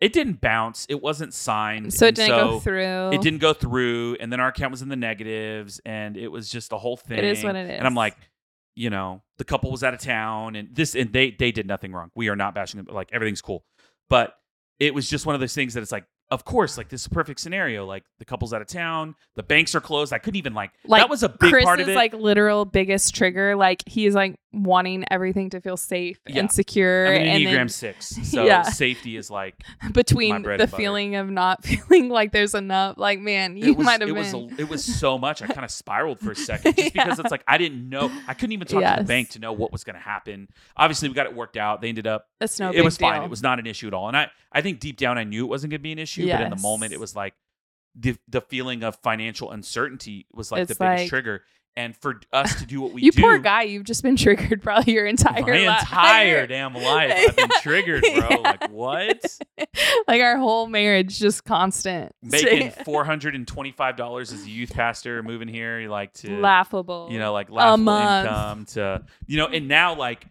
[SPEAKER 1] It didn't bounce. It wasn't signed.
[SPEAKER 2] so it
[SPEAKER 1] and
[SPEAKER 2] didn't
[SPEAKER 1] so
[SPEAKER 2] go through.
[SPEAKER 1] It didn't go through, and then our account was in the negatives, and it was just a whole thing.
[SPEAKER 2] It is what it is.
[SPEAKER 1] And I'm like, you know, the couple was out of town, and this, and they they did nothing wrong. We are not bashing them. but, Like everything's cool, but it was just one of those things that it's like, of course, like this is a perfect scenario. Like the couple's out of town, the banks are closed. I couldn't even like,
[SPEAKER 2] Like,
[SPEAKER 1] that was a big
[SPEAKER 2] Chris
[SPEAKER 1] part of
[SPEAKER 2] is
[SPEAKER 1] it.
[SPEAKER 2] like literal biggest trigger. Like he's like, wanting everything to feel safe
[SPEAKER 1] Yeah.
[SPEAKER 2] and secure
[SPEAKER 1] I'm an
[SPEAKER 2] and
[SPEAKER 1] Enneagram
[SPEAKER 2] then
[SPEAKER 1] six, so
[SPEAKER 2] Yeah.
[SPEAKER 1] safety is like my
[SPEAKER 2] between
[SPEAKER 1] bread
[SPEAKER 2] the
[SPEAKER 1] and butter.
[SPEAKER 2] feeling of not feeling like there's enough like man you
[SPEAKER 1] it was.
[SPEAKER 2] might
[SPEAKER 1] it
[SPEAKER 2] have
[SPEAKER 1] was.
[SPEAKER 2] been
[SPEAKER 1] A, it was so much. I kind of spiraled for a second just because
[SPEAKER 2] Yeah.
[SPEAKER 1] it's like I didn't know. I couldn't even talk to the
[SPEAKER 2] Yes.
[SPEAKER 1] bank to know what was going to happen. Obviously, we got it worked out. They ended up.
[SPEAKER 2] that's no
[SPEAKER 1] it
[SPEAKER 2] big
[SPEAKER 1] was fine.
[SPEAKER 2] deal.
[SPEAKER 1] It was not an issue at all. And I, I think deep down, I knew it wasn't going to be an issue. But in the moment, it
[SPEAKER 2] Yes.
[SPEAKER 1] was like the the feeling of financial uncertainty was like the
[SPEAKER 2] It's
[SPEAKER 1] biggest
[SPEAKER 2] like-
[SPEAKER 1] trigger. And for us to do what we
[SPEAKER 2] you
[SPEAKER 1] do,
[SPEAKER 2] poor guy you've just been triggered probably your entire
[SPEAKER 1] my
[SPEAKER 2] life
[SPEAKER 1] entire damn life, I've been
[SPEAKER 2] Yeah.
[SPEAKER 1] triggered, bro.
[SPEAKER 2] Yeah.
[SPEAKER 1] Like what?
[SPEAKER 2] like our whole marriage just constant
[SPEAKER 1] Making four hundred and twenty five dollars as a youth pastor, moving here, like to
[SPEAKER 2] laughable
[SPEAKER 1] you know, like last
[SPEAKER 2] month.
[SPEAKER 1] income to, you know, and now like,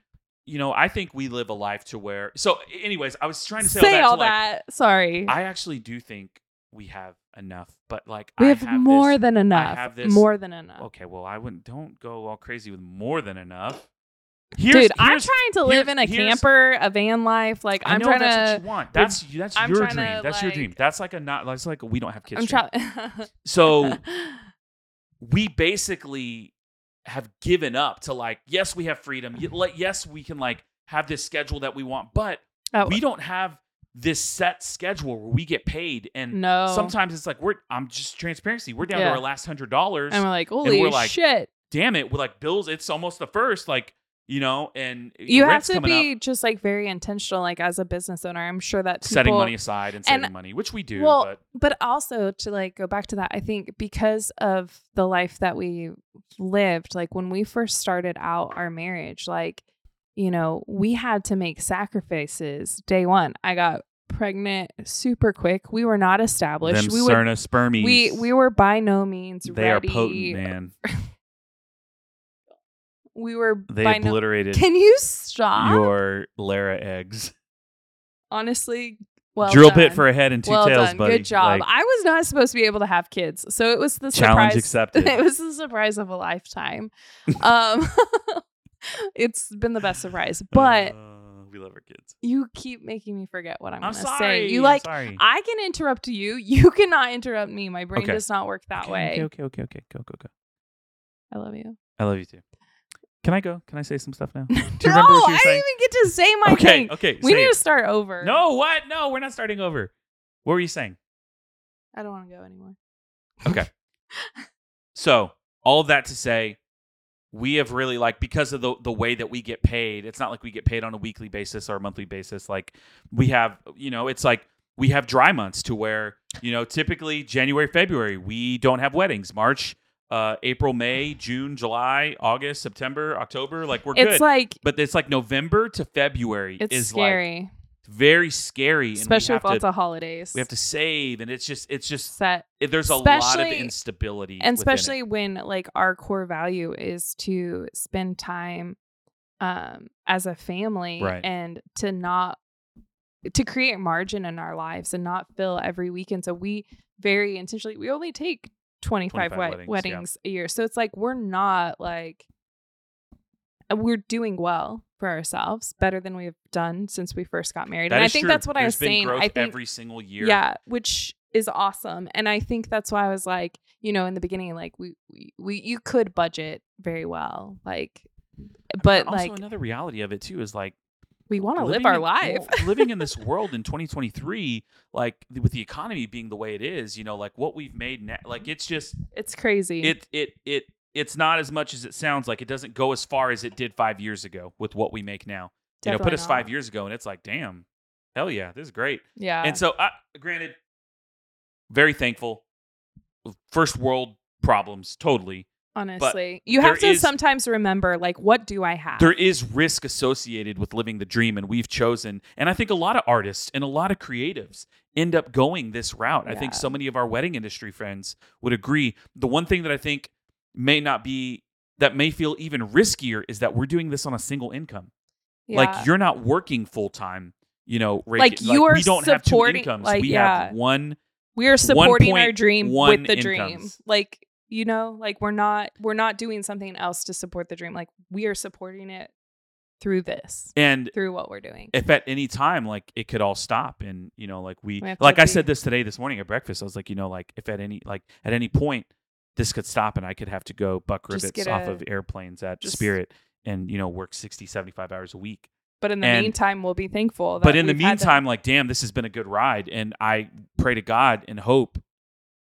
[SPEAKER 1] you know, I think we live a life to where. So, anyways, I was trying to say, all that. to, like,
[SPEAKER 2] sorry
[SPEAKER 1] I actually do think we have enough, but like,
[SPEAKER 2] we
[SPEAKER 1] I
[SPEAKER 2] have, more
[SPEAKER 1] this-
[SPEAKER 2] than enough
[SPEAKER 1] have this-
[SPEAKER 2] more than enough
[SPEAKER 1] Okay, well, I wouldn't. Don't go all crazy with more than enough. Here's,
[SPEAKER 2] dude i'm
[SPEAKER 1] here's-
[SPEAKER 2] trying to
[SPEAKER 1] here's-
[SPEAKER 2] live in a
[SPEAKER 1] here's-
[SPEAKER 2] camper a van life like
[SPEAKER 1] I
[SPEAKER 2] i'm
[SPEAKER 1] know
[SPEAKER 2] trying
[SPEAKER 1] that's what
[SPEAKER 2] to
[SPEAKER 1] you want. That's that's
[SPEAKER 2] I'm
[SPEAKER 1] your
[SPEAKER 2] trying
[SPEAKER 1] dream.
[SPEAKER 2] to,
[SPEAKER 1] that's your dream.
[SPEAKER 2] like-
[SPEAKER 1] That's like a not. That's like a, we don't have kids.
[SPEAKER 2] i'm
[SPEAKER 1] dream.
[SPEAKER 2] trying
[SPEAKER 1] so we basically have given up to like yes we have freedom Y- like, yes we can like have this schedule that we want but
[SPEAKER 2] Oh.
[SPEAKER 1] we don't have this set schedule where we get paid and
[SPEAKER 2] no
[SPEAKER 1] sometimes it's like we're i'm just transparency we're down to
[SPEAKER 2] Yeah.
[SPEAKER 1] our last hundred dollars
[SPEAKER 2] and we're like holy
[SPEAKER 1] we're like,
[SPEAKER 2] shit
[SPEAKER 1] damn it we're like bills it's almost the first like you know and
[SPEAKER 2] you have
[SPEAKER 1] rent's
[SPEAKER 2] to
[SPEAKER 1] coming up,
[SPEAKER 2] be just like very intentional like as a business owner i'm sure that people,
[SPEAKER 1] setting money aside and saving
[SPEAKER 2] and-
[SPEAKER 1] money which we do
[SPEAKER 2] well,
[SPEAKER 1] but
[SPEAKER 2] but also to like go back to that i think because of the life that we lived like when we first started out our marriage like you know we had to make sacrifices day one i got pregnant super quick we were not established we would
[SPEAKER 1] spermies
[SPEAKER 2] we we were by no means ready.
[SPEAKER 1] man
[SPEAKER 2] we were by no
[SPEAKER 1] obliterated
[SPEAKER 2] can you stop
[SPEAKER 1] your Lara eggs.
[SPEAKER 2] honestly well
[SPEAKER 1] Drill
[SPEAKER 2] done.
[SPEAKER 1] pit for a head and two
[SPEAKER 2] well
[SPEAKER 1] tails,
[SPEAKER 2] done.
[SPEAKER 1] buddy.
[SPEAKER 2] Good job.
[SPEAKER 1] Like,
[SPEAKER 2] I was not supposed to be able to have kids, so it was the
[SPEAKER 1] challenge
[SPEAKER 2] surprise.
[SPEAKER 1] accepted.
[SPEAKER 2] it was the surprise of a lifetime. um, it's been the best surprise, but
[SPEAKER 1] Uh, we love our kids.
[SPEAKER 2] you keep making me forget what I'm,
[SPEAKER 1] I'm
[SPEAKER 2] gonna
[SPEAKER 1] sorry.
[SPEAKER 2] say. You
[SPEAKER 1] I'm
[SPEAKER 2] like
[SPEAKER 1] sorry.
[SPEAKER 2] I can interrupt you. You cannot interrupt me. My brain
[SPEAKER 1] Okay.
[SPEAKER 2] does not work that
[SPEAKER 1] okay,
[SPEAKER 2] way.
[SPEAKER 1] Okay, okay, okay, okay. Go, go, go.
[SPEAKER 2] I love you.
[SPEAKER 1] I love you too. Can I go? Can I say some stuff now?
[SPEAKER 2] no,
[SPEAKER 1] remember what you were
[SPEAKER 2] I
[SPEAKER 1] saying?
[SPEAKER 2] didn't even get to say my
[SPEAKER 1] okay,
[SPEAKER 2] thing.
[SPEAKER 1] okay.
[SPEAKER 2] we
[SPEAKER 1] say
[SPEAKER 2] need
[SPEAKER 1] it.
[SPEAKER 2] to start over.
[SPEAKER 1] No, what? No, we're not starting over. What were you saying?
[SPEAKER 2] I don't want to go anymore.
[SPEAKER 1] So, all of that to say, we have really like because of the the way that we get paid. It's not like we get paid on a weekly basis or a monthly basis. Like we have, you know, it's like we have dry months to where you know typically January, February we don't have weddings. March, uh, April, May, June, July, August, September, October, like we're
[SPEAKER 2] It's
[SPEAKER 1] good.
[SPEAKER 2] like
[SPEAKER 1] but it's like November to February
[SPEAKER 2] it's
[SPEAKER 1] is like
[SPEAKER 2] scary,
[SPEAKER 1] very scary, and
[SPEAKER 2] especially
[SPEAKER 1] we
[SPEAKER 2] with
[SPEAKER 1] have
[SPEAKER 2] lots
[SPEAKER 1] to
[SPEAKER 2] of holidays.
[SPEAKER 1] we have to save, and it's just it's just
[SPEAKER 2] set
[SPEAKER 1] it, there's a lot of
[SPEAKER 2] Especially-
[SPEAKER 1] instability,
[SPEAKER 2] and
[SPEAKER 1] within it.
[SPEAKER 2] especially when like our core value is to spend time um as a family
[SPEAKER 1] Right.
[SPEAKER 2] and to not to create margin in our lives and not fill every weekend so we very intentionally we only take 25,
[SPEAKER 1] 25
[SPEAKER 2] wed-
[SPEAKER 1] weddings,
[SPEAKER 2] weddings,
[SPEAKER 1] yeah.
[SPEAKER 2] a year so it's like we're not like uh, we're doing well for ourselves better than we've done since we first got married
[SPEAKER 1] That
[SPEAKER 2] and i
[SPEAKER 1] is
[SPEAKER 2] think
[SPEAKER 1] true.
[SPEAKER 2] that's what i
[SPEAKER 1] There's
[SPEAKER 2] was
[SPEAKER 1] been
[SPEAKER 2] saying
[SPEAKER 1] Growth
[SPEAKER 2] i think
[SPEAKER 1] every single year.
[SPEAKER 2] yeah, which is awesome. And I think that's why I was like, you know, in the beginning, like we we, we you could budget very well, like, but
[SPEAKER 1] also
[SPEAKER 2] like
[SPEAKER 1] another reality of it too is like
[SPEAKER 2] we want to live
[SPEAKER 1] living
[SPEAKER 2] our
[SPEAKER 1] in-
[SPEAKER 2] life.
[SPEAKER 1] well, living in this world in 2023, like with the economy being the way it is, you know, like what we've made, na- like
[SPEAKER 2] Mm-hmm.
[SPEAKER 1] it's just
[SPEAKER 2] It's crazy.
[SPEAKER 1] it it it it's not as much as it sounds like. It doesn't go as far as it did five years ago with what we make now. you know, put
[SPEAKER 2] Definitely
[SPEAKER 1] us five
[SPEAKER 2] not.
[SPEAKER 1] years ago, and it's like, damn, hell yeah, this is great.
[SPEAKER 2] Yeah.
[SPEAKER 1] and so, I, granted, very thankful. First world problems, totally.
[SPEAKER 2] honestly, you have
[SPEAKER 1] there
[SPEAKER 2] to
[SPEAKER 1] is-
[SPEAKER 2] sometimes remember, like, what do I have?
[SPEAKER 1] there is risk associated with living the dream and we've chosen and i think a lot of artists and a lot of creatives end up going this route i think
[SPEAKER 2] Yeah.
[SPEAKER 1] so many of our wedding industry friends would agree the one thing that i think may not be that may feel even riskier is that we're doing this on a single income
[SPEAKER 2] Yeah.
[SPEAKER 1] like you're not working full time you know rake-
[SPEAKER 2] Like, you are
[SPEAKER 1] we don't have two
[SPEAKER 2] supporting-
[SPEAKER 1] incomes
[SPEAKER 2] like,
[SPEAKER 1] we
[SPEAKER 2] yeah.
[SPEAKER 1] have one
[SPEAKER 2] we are supporting our dream
[SPEAKER 1] 1.1
[SPEAKER 2] with the dream,
[SPEAKER 1] incomes.
[SPEAKER 2] like. You know, like we're not we're not doing something else to support the dream. Like we are supporting it through this,
[SPEAKER 1] and
[SPEAKER 2] through what we're doing.
[SPEAKER 1] if at any time like it could all stop and you know like we,
[SPEAKER 2] We have to
[SPEAKER 1] like i
[SPEAKER 2] be-
[SPEAKER 1] said this today this morning at breakfast i was like you know like if at any like at any point this could stop and i could have to go buck
[SPEAKER 2] Just
[SPEAKER 1] rivets
[SPEAKER 2] get
[SPEAKER 1] off
[SPEAKER 2] a-
[SPEAKER 1] of airplanes at
[SPEAKER 2] just-
[SPEAKER 1] spirit and you know work 60 75 hours a week
[SPEAKER 2] But in the
[SPEAKER 1] And-
[SPEAKER 2] meantime, we'll be thankful. That
[SPEAKER 1] but in the
[SPEAKER 2] we've had them.
[SPEAKER 1] meantime like damn this has been a good ride and i pray to god and hope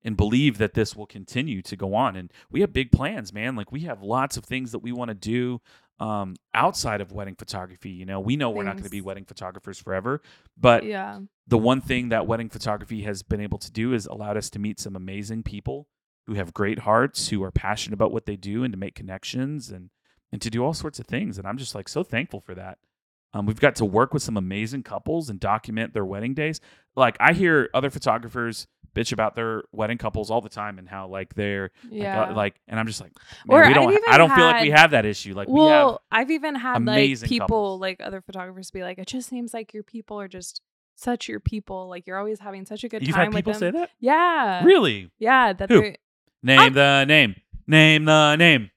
[SPEAKER 1] and believe that this will continue to go on and we have big plans man like we have lots of things that we want to do um, outside of wedding photography you know we know we're not going to be
[SPEAKER 2] Things.
[SPEAKER 1] wedding photographers forever but
[SPEAKER 2] yeah,
[SPEAKER 1] the one thing that wedding photography has been able to do is allowed us to meet some amazing people who have great hearts, who are passionate about what they do, and to make connections and and to do all sorts of things. And I'm just like so thankful for that. Um, we've got to work with some amazing couples and document their wedding days. Like I hear other photographers bitch about their wedding couples all the time and how like they're like,
[SPEAKER 2] yeah.
[SPEAKER 1] uh, like and I'm just like man,
[SPEAKER 2] Or
[SPEAKER 1] we
[SPEAKER 2] I've
[SPEAKER 1] don't
[SPEAKER 2] even
[SPEAKER 1] I don't feel like we
[SPEAKER 2] had-
[SPEAKER 1] have that issue. Like we have
[SPEAKER 2] well, I've even had like
[SPEAKER 1] amazing
[SPEAKER 2] people,
[SPEAKER 1] couples.
[SPEAKER 2] like other photographers, be like, "It just seems like your people are just such your people. Like you're always having such a good
[SPEAKER 1] you've had
[SPEAKER 2] time with
[SPEAKER 1] people
[SPEAKER 2] them."
[SPEAKER 1] say that
[SPEAKER 2] Yeah,
[SPEAKER 1] really
[SPEAKER 2] yeah. That
[SPEAKER 1] Who?
[SPEAKER 2] they're-
[SPEAKER 1] name the name name the name.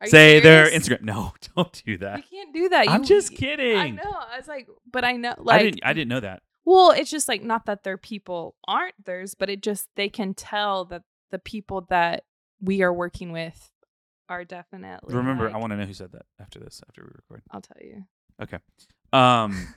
[SPEAKER 2] are you
[SPEAKER 1] say their
[SPEAKER 2] serious?
[SPEAKER 1] Instagram. No, don't do
[SPEAKER 2] You
[SPEAKER 1] that.
[SPEAKER 2] can't do that.
[SPEAKER 1] I'm
[SPEAKER 2] You-
[SPEAKER 1] just
[SPEAKER 2] I
[SPEAKER 1] kidding.
[SPEAKER 2] know. I was like, but I know, like,
[SPEAKER 1] I didn't. I didn't know that.
[SPEAKER 2] Well, it's just like not that their people aren't theirs, but it just they can tell that the people that we are working with are definitely.
[SPEAKER 1] Remember, I
[SPEAKER 2] like-
[SPEAKER 1] want to know who said that after this. After we record.
[SPEAKER 2] I'll tell you.
[SPEAKER 1] Um.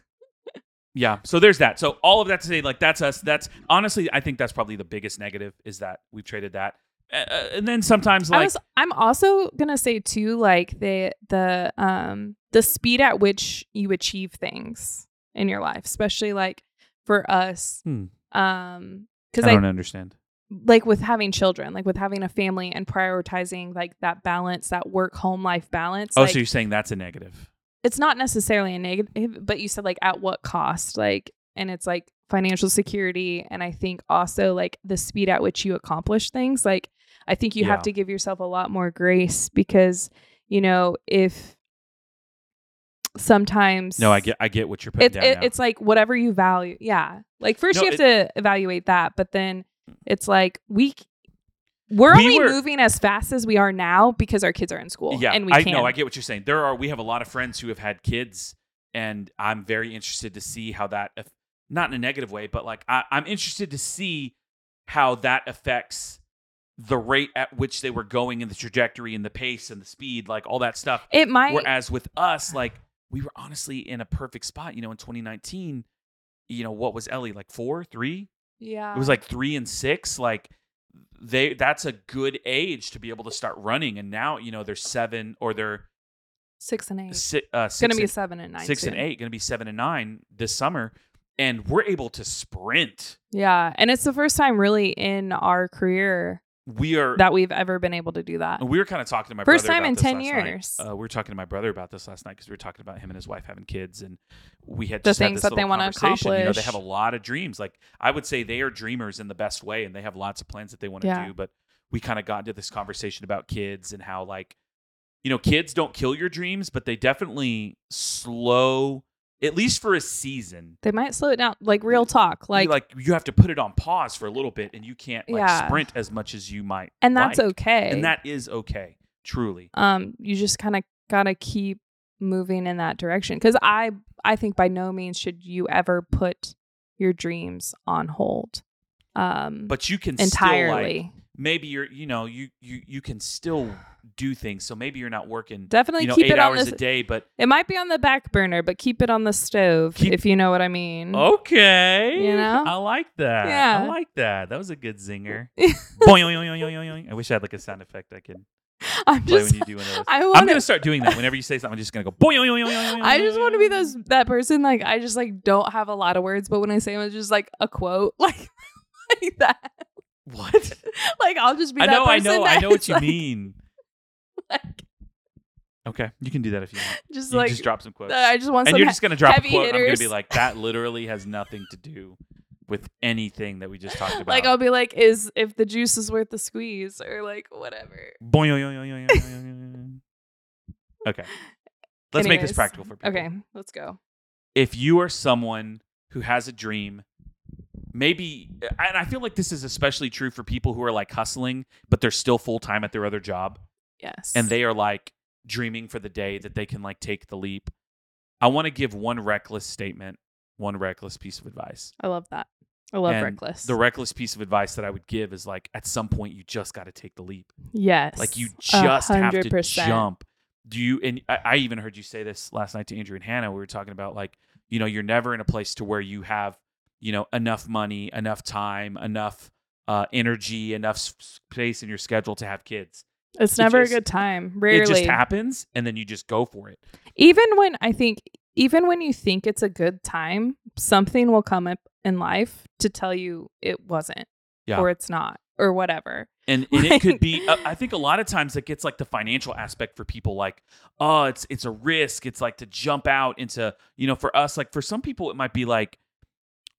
[SPEAKER 1] yeah. So there's that. So all of that to say, like that's us. That's honestly, I think that's probably the biggest negative is that we've traded that. Uh, uh, and then sometimes
[SPEAKER 2] I
[SPEAKER 1] like
[SPEAKER 2] was, I'm also gonna say too, like the the um the speed at which you achieve things in your life, especially like for us,
[SPEAKER 1] Hmm.
[SPEAKER 2] um,
[SPEAKER 1] I
[SPEAKER 2] because I,
[SPEAKER 1] don't understand.
[SPEAKER 2] like with having children, like with having a family and prioritizing like that balance, that work home life balance.
[SPEAKER 1] Oh,
[SPEAKER 2] like,
[SPEAKER 1] so you're saying that's a negative?
[SPEAKER 2] it's not necessarily a negative, but you said like at what cost? Like, and it's like financial security. And I think also like the speed at which you accomplish things. Like, I think you
[SPEAKER 1] Yeah.
[SPEAKER 2] have to give yourself a lot more grace because, you know, if sometimes.
[SPEAKER 1] No, I get. I get what you're putting
[SPEAKER 2] It's
[SPEAKER 1] down.
[SPEAKER 2] it,
[SPEAKER 1] now.
[SPEAKER 2] it's like whatever you value. Yeah. Like, first
[SPEAKER 1] No,
[SPEAKER 2] you have to evaluate that, but then it's like we. c- We're
[SPEAKER 1] We
[SPEAKER 2] only
[SPEAKER 1] were-
[SPEAKER 2] moving as fast as we are now because our kids are in school.
[SPEAKER 1] Yeah,
[SPEAKER 2] and we
[SPEAKER 1] I
[SPEAKER 2] can't.
[SPEAKER 1] know. I get what you're saying. There are we have a lot of friends who have had kids, and I'm very interested to see how that, aff- not in a negative way, but like I, I'm interested to see how that affects the rate at which they were going and the trajectory and the pace and the speed, like all that stuff.
[SPEAKER 2] it might.
[SPEAKER 1] Whereas with us, like we were honestly in a perfect spot. You know, in 2019, you know what was Ellie like four, three?
[SPEAKER 2] yeah.
[SPEAKER 1] It was like three and six. Like they, that's a good age to be able to start running. And now you know they're seven or they're
[SPEAKER 2] six and eight. It's
[SPEAKER 1] si- uh, six,
[SPEAKER 2] gonna be
[SPEAKER 1] and,
[SPEAKER 2] seven and nine.
[SPEAKER 1] six and
[SPEAKER 2] soon.
[SPEAKER 1] eight, going to be seven and nine this summer, and we're able to sprint.
[SPEAKER 2] Yeah, and it's the first time really in our career
[SPEAKER 1] We are.
[SPEAKER 2] that we've ever been able to do that.
[SPEAKER 1] and we were kind of talking to my
[SPEAKER 2] First
[SPEAKER 1] brother
[SPEAKER 2] time
[SPEAKER 1] about
[SPEAKER 2] in
[SPEAKER 1] this
[SPEAKER 2] 10
[SPEAKER 1] last night.
[SPEAKER 2] years.
[SPEAKER 1] Uh, we were talking to my brother about this last night because we were talking about him and his wife having kids, and we had
[SPEAKER 2] The
[SPEAKER 1] just had
[SPEAKER 2] things
[SPEAKER 1] this
[SPEAKER 2] that they
[SPEAKER 1] little
[SPEAKER 2] wanna
[SPEAKER 1] conversation. You know, they
[SPEAKER 2] accomplish.
[SPEAKER 1] have a lot of dreams. Like I would say, they are dreamers in the best way, and they have lots of plans that they want to
[SPEAKER 2] Yeah.
[SPEAKER 1] do. But we kind of got into this conversation about kids and how like you know, kids don't kill your dreams, but they definitely slow, at least for a season,
[SPEAKER 2] They might slow it down, like real talk,
[SPEAKER 1] like,
[SPEAKER 2] like,
[SPEAKER 1] you, like you have to put it on pause for a little bit and you can't like
[SPEAKER 2] Yeah. Eh.
[SPEAKER 1] sprint as much as you might
[SPEAKER 2] and that's
[SPEAKER 1] like.
[SPEAKER 2] okay.
[SPEAKER 1] and that is okay truly
[SPEAKER 2] um, you just kind of gotta keep moving in that direction because I I think by no means should you ever put your dreams on hold. Um,
[SPEAKER 1] but you can still like
[SPEAKER 2] entirely,
[SPEAKER 1] maybe you're you know you you you can still do things so maybe you're not working
[SPEAKER 2] definitely
[SPEAKER 1] you know
[SPEAKER 2] keep
[SPEAKER 1] eight
[SPEAKER 2] it on
[SPEAKER 1] hours
[SPEAKER 2] this.
[SPEAKER 1] a day but
[SPEAKER 2] It might be on the back burner, but keep it on the stove
[SPEAKER 1] Keep- Oh,
[SPEAKER 2] if you know what I mean.
[SPEAKER 1] okay
[SPEAKER 2] Mm. You know?
[SPEAKER 1] i like that i
[SPEAKER 2] Yeah.
[SPEAKER 1] like that that was a good zinger boing, oing, oing, oing, oing, oing. i wish i had like a sound effect i could
[SPEAKER 2] I'm
[SPEAKER 1] play
[SPEAKER 2] just
[SPEAKER 1] when you do one of those
[SPEAKER 2] I
[SPEAKER 1] i'm
[SPEAKER 2] want
[SPEAKER 1] gonna
[SPEAKER 2] to.
[SPEAKER 1] start doing that whenever you say something i'm just gonna go boing, oing, oing, oing, oing,
[SPEAKER 2] I just
[SPEAKER 1] oing,
[SPEAKER 2] want to be
[SPEAKER 1] oing.
[SPEAKER 2] those that person. Like I just like don't have a lot of words, but when I say them, it's just like a quote, like like that.
[SPEAKER 1] what
[SPEAKER 2] Like I'll just be.
[SPEAKER 1] i
[SPEAKER 2] that
[SPEAKER 1] know i
[SPEAKER 2] person
[SPEAKER 1] know i
[SPEAKER 2] that
[SPEAKER 1] know what
[SPEAKER 2] is,
[SPEAKER 1] you
[SPEAKER 2] like-
[SPEAKER 1] mean
[SPEAKER 2] like,
[SPEAKER 1] Okay, you can do that if you want.
[SPEAKER 2] just
[SPEAKER 1] you
[SPEAKER 2] like
[SPEAKER 1] just drop some quotes,
[SPEAKER 2] I just want
[SPEAKER 1] and
[SPEAKER 2] some.
[SPEAKER 1] you're just gonna drop a
[SPEAKER 2] heavy
[SPEAKER 1] quote. and I'm gonna be
[SPEAKER 2] hitters.
[SPEAKER 1] like, that literally has nothing to do with anything that we just talked about.
[SPEAKER 2] like I'll be like, is if the juice is worth the squeeze or like whatever.
[SPEAKER 1] Boing, oing, oing, oing, oing, oing, oing, oing. okay, let's make this
[SPEAKER 2] Anyways,
[SPEAKER 1] practical for people.
[SPEAKER 2] Okay, let's go.
[SPEAKER 1] if you are someone who has a dream, maybe, and I feel like this is especially true for people who are like hustling, but they're still full time at their other job.
[SPEAKER 2] Yes.
[SPEAKER 1] and they are like dreaming for the day that they can like take the leap. I want to give one reckless statement, one reckless piece of advice.
[SPEAKER 2] I love that. I love
[SPEAKER 1] And
[SPEAKER 2] reckless.
[SPEAKER 1] The reckless piece of advice that I would give is like at some point you just got to take the leap.
[SPEAKER 2] yes.
[SPEAKER 1] Like you
[SPEAKER 2] a
[SPEAKER 1] just have to
[SPEAKER 2] 100%.
[SPEAKER 1] jump. do you and I, I even heard you say this last night to Andrew and Hannah. We were talking about like, you know, you're never in a place to where you have, you know, enough money, enough time, enough uh, energy, enough s- space in your schedule to have kids.
[SPEAKER 2] It's
[SPEAKER 1] It
[SPEAKER 2] never
[SPEAKER 1] just-
[SPEAKER 2] a good time.
[SPEAKER 1] It
[SPEAKER 2] Rarely.
[SPEAKER 1] just happens, and then you just go for it.
[SPEAKER 2] even when I think, even when you think it's a good time, something will come up in life to tell you it wasn't
[SPEAKER 1] Yeah.
[SPEAKER 2] or it's not or whatever.
[SPEAKER 1] and, and it could
[SPEAKER 2] Like-
[SPEAKER 1] be uh, i think a lot of times it gets like the financial aspect for people like oh it's it's a risk it's like to jump out into you know for us like for some people it might be like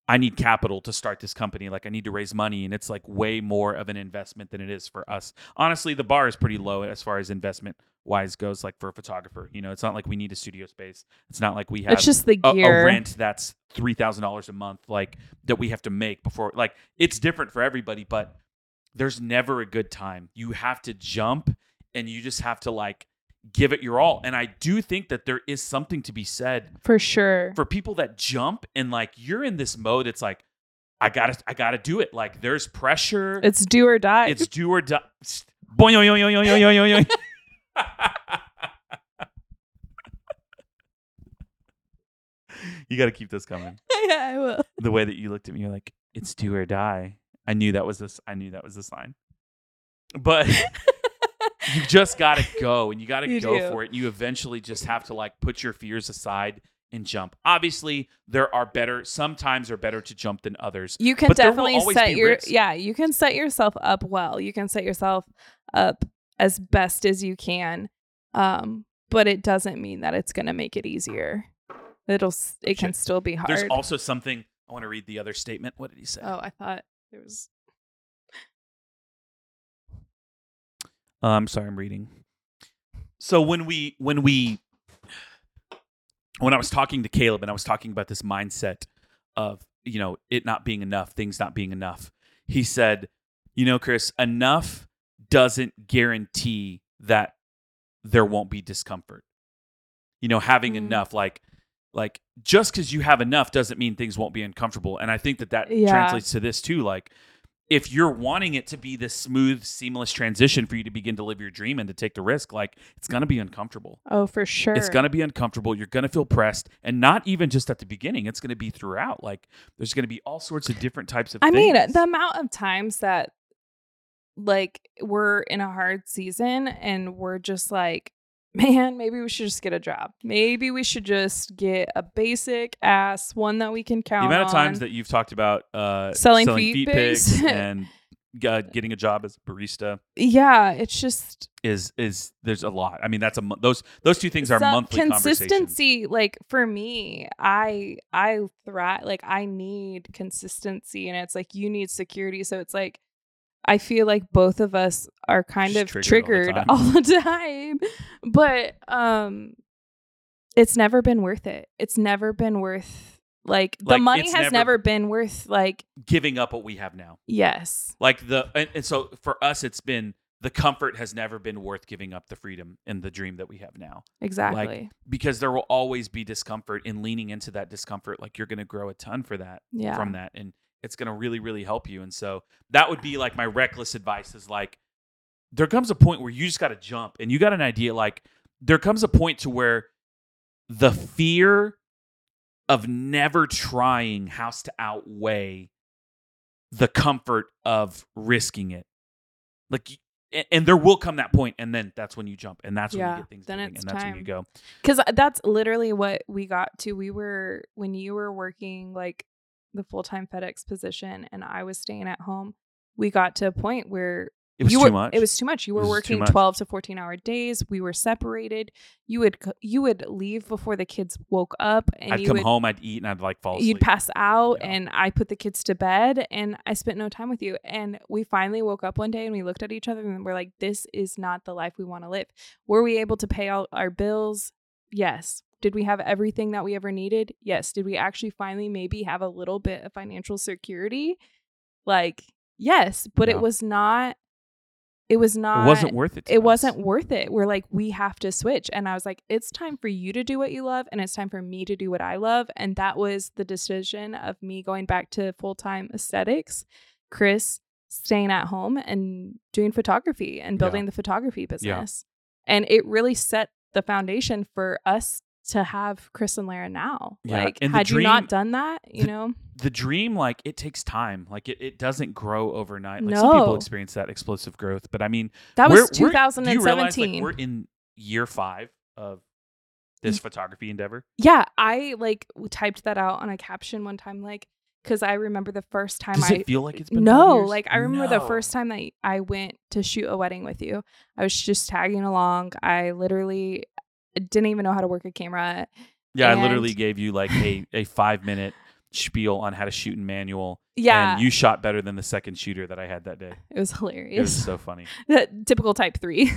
[SPEAKER 1] i need capital to start this company like i need to raise money and it's like way more of an investment than it is for us honestly the bar is pretty low as far as investment wise goes like for a photographer you know it's not like we need a studio space it's not like we have
[SPEAKER 2] It's just the
[SPEAKER 1] a, a
[SPEAKER 2] gear.
[SPEAKER 1] rent that's three thousand dollars a month, like that we have to make before. Like it's different for everybody, but there's never a good time. You have to jump, and you just have to like give it your all. And I do think that there is something to be said
[SPEAKER 2] for sure.
[SPEAKER 1] for people that jump and like you're in this mode. It's like I gotta, I gotta do it. Like there's pressure.
[SPEAKER 2] it's do or die.
[SPEAKER 1] it's do or die. Boing, yo, yo, yo, yo, yo, yo, yo, yo. You got to keep this coming
[SPEAKER 2] yeah, I will.
[SPEAKER 1] the way that you looked at me, you're like, it's do or die. I knew that was this. I knew that was this line. But you just got to go and you got to
[SPEAKER 2] You
[SPEAKER 1] go
[SPEAKER 2] do.
[SPEAKER 1] for it. You eventually just have to like put your fears aside and jump. Obviously, there are better, sometimes are better to jump than others.
[SPEAKER 2] You can
[SPEAKER 1] But there will
[SPEAKER 2] definitely
[SPEAKER 1] always
[SPEAKER 2] set
[SPEAKER 1] be
[SPEAKER 2] your
[SPEAKER 1] risks.
[SPEAKER 2] yeah, you can set yourself up well. You can set yourself up as best as you can. Um, but it doesn't mean that it's going to make it easier. It'll s- it can
[SPEAKER 1] Shit.
[SPEAKER 2] still be hard.
[SPEAKER 1] There's also something I want to read the other statement. What did he say?
[SPEAKER 2] oh, I thought there was
[SPEAKER 1] Uh, I'm sorry, I'm reading. So when we when we when I was talking to Caleb and I was talking about this mindset of, you know, it not being enough, things not being enough. He said, "You know, Chris, enough doesn't guarantee that there won't be discomfort. You know, having
[SPEAKER 2] Mm.
[SPEAKER 1] enough like like just cuz you have enough doesn't mean things won't be uncomfortable." And I think that that
[SPEAKER 2] Yeah.
[SPEAKER 1] translates to this too like if you're wanting it to be this smooth, seamless transition for you to begin to live your dream and to take the risk, like it's going to be uncomfortable.
[SPEAKER 2] Oh, for sure.
[SPEAKER 1] It's going to be uncomfortable. You're going to feel pressed. And not even just at the beginning, it's going to be throughout. Like there's going to be all sorts of different types of
[SPEAKER 2] I mean,
[SPEAKER 1] things.
[SPEAKER 2] the amount of times that like we're in a hard season and we're just like, man, maybe we should just get a job. Maybe we should just get a basic ass one that we can
[SPEAKER 1] the
[SPEAKER 2] count.
[SPEAKER 1] amount of times
[SPEAKER 2] on.
[SPEAKER 1] that you've talked about uh,
[SPEAKER 2] Selling feet pics.
[SPEAKER 1] and uh, getting a job as a barista
[SPEAKER 2] yeah, it's just
[SPEAKER 1] is is there's a lot. I mean, that's a mo- those those two things are
[SPEAKER 2] some
[SPEAKER 1] monthly conversations.
[SPEAKER 2] consistency like for me i i thrive like i need consistency and it's like you need security so it's like i feel like both of us are kind
[SPEAKER 1] Just
[SPEAKER 2] of
[SPEAKER 1] triggered
[SPEAKER 2] triggered
[SPEAKER 1] all
[SPEAKER 2] all
[SPEAKER 1] the
[SPEAKER 2] the, time but um it's never been worth it it's never been worth like the
[SPEAKER 1] Like,
[SPEAKER 2] money
[SPEAKER 1] it's
[SPEAKER 2] has never,
[SPEAKER 1] never-
[SPEAKER 2] been worth like
[SPEAKER 1] Giving up what we have now.
[SPEAKER 2] yes
[SPEAKER 1] like the and, and so for us it's been the comfort has never been worth giving up the freedom and the dream that we have now
[SPEAKER 2] exactly
[SPEAKER 1] because there will always be discomfort and leaning into that discomfort like you're going to grow a ton for that
[SPEAKER 2] yeah
[SPEAKER 1] from that and it's going to really really help you and so that would be like my reckless advice is like there comes a point where you just got to jump and you got an idea like there comes a point to where the fear of never trying has to outweigh the comfort of risking it like and, and there will come that point and then that's when you jump and that's when
[SPEAKER 2] Yeah,
[SPEAKER 1] you get things
[SPEAKER 2] then
[SPEAKER 1] moving,
[SPEAKER 2] it's
[SPEAKER 1] and that's when
[SPEAKER 2] time.
[SPEAKER 1] you go
[SPEAKER 2] Because that's literally what we got to. We were, when you were working like the full time FedEx position and I was staying at home, we got to a point where
[SPEAKER 1] it was
[SPEAKER 2] you
[SPEAKER 1] too
[SPEAKER 2] were,
[SPEAKER 1] much
[SPEAKER 2] It was too much. You
[SPEAKER 1] It
[SPEAKER 2] were
[SPEAKER 1] was too
[SPEAKER 2] working
[SPEAKER 1] much.
[SPEAKER 2] 12 to 14 hour days. We were separated. You would, c- you would leave before the kids woke up and
[SPEAKER 1] i'd
[SPEAKER 2] you
[SPEAKER 1] come
[SPEAKER 2] would,
[SPEAKER 1] home i'd eat and i'd like fall asleep
[SPEAKER 2] you'd pass out
[SPEAKER 1] Yeah.
[SPEAKER 2] and I put the kids to bed and I spent no time with you. And we finally woke up one day and we looked at each other and we're like, this is not the life we want to live. Were we able to pay all our bills? Yes. Did we have everything that we ever needed? Yes. Did we actually finally maybe have a little bit of financial security? Like, yes, but
[SPEAKER 1] Yeah.
[SPEAKER 2] it was not, it was not,
[SPEAKER 1] it wasn't worth it to
[SPEAKER 2] it
[SPEAKER 1] us.
[SPEAKER 2] wasn't worth it. We're like, we have to switch. And I was like, it's time for you to do what you love, and it's time for me to do what I love. And that was the decision of me going back to full time aesthetics, Chris staying at home and doing photography and building the photography business. And it really set the foundation for us to have Chris and Lara now.
[SPEAKER 1] Yeah,
[SPEAKER 2] Like,
[SPEAKER 1] and the
[SPEAKER 2] had you
[SPEAKER 1] dream-
[SPEAKER 2] not done that, you
[SPEAKER 1] the-
[SPEAKER 2] know,
[SPEAKER 1] the dream like it takes time like it, it doesn't grow overnight like some people
[SPEAKER 2] No.
[SPEAKER 1] experience that explosive growth but i mean
[SPEAKER 2] that
[SPEAKER 1] we're- we're-
[SPEAKER 2] was
[SPEAKER 1] do you
[SPEAKER 2] 2017.
[SPEAKER 1] realize, like, we're in year five of this photography endeavor
[SPEAKER 2] yeah, I like w- typed that out on a caption one time, like, because I remember the first time
[SPEAKER 1] does
[SPEAKER 2] I
[SPEAKER 1] it feel like it's been five
[SPEAKER 2] No,
[SPEAKER 1] years?
[SPEAKER 2] like I remember the
[SPEAKER 1] No.
[SPEAKER 2] first time that I went to shoot a wedding with you. I was just tagging along. I literally uh, didn't even know how to work a camera.
[SPEAKER 1] yeah i
[SPEAKER 2] and-
[SPEAKER 1] literally gave you like a, a five minute spiel on how to shoot in manual
[SPEAKER 2] Yeah,
[SPEAKER 1] and you shot better than the second shooter that i had that day
[SPEAKER 2] it was
[SPEAKER 1] it was
[SPEAKER 2] hilarious.
[SPEAKER 1] so funny
[SPEAKER 2] That Typical type three.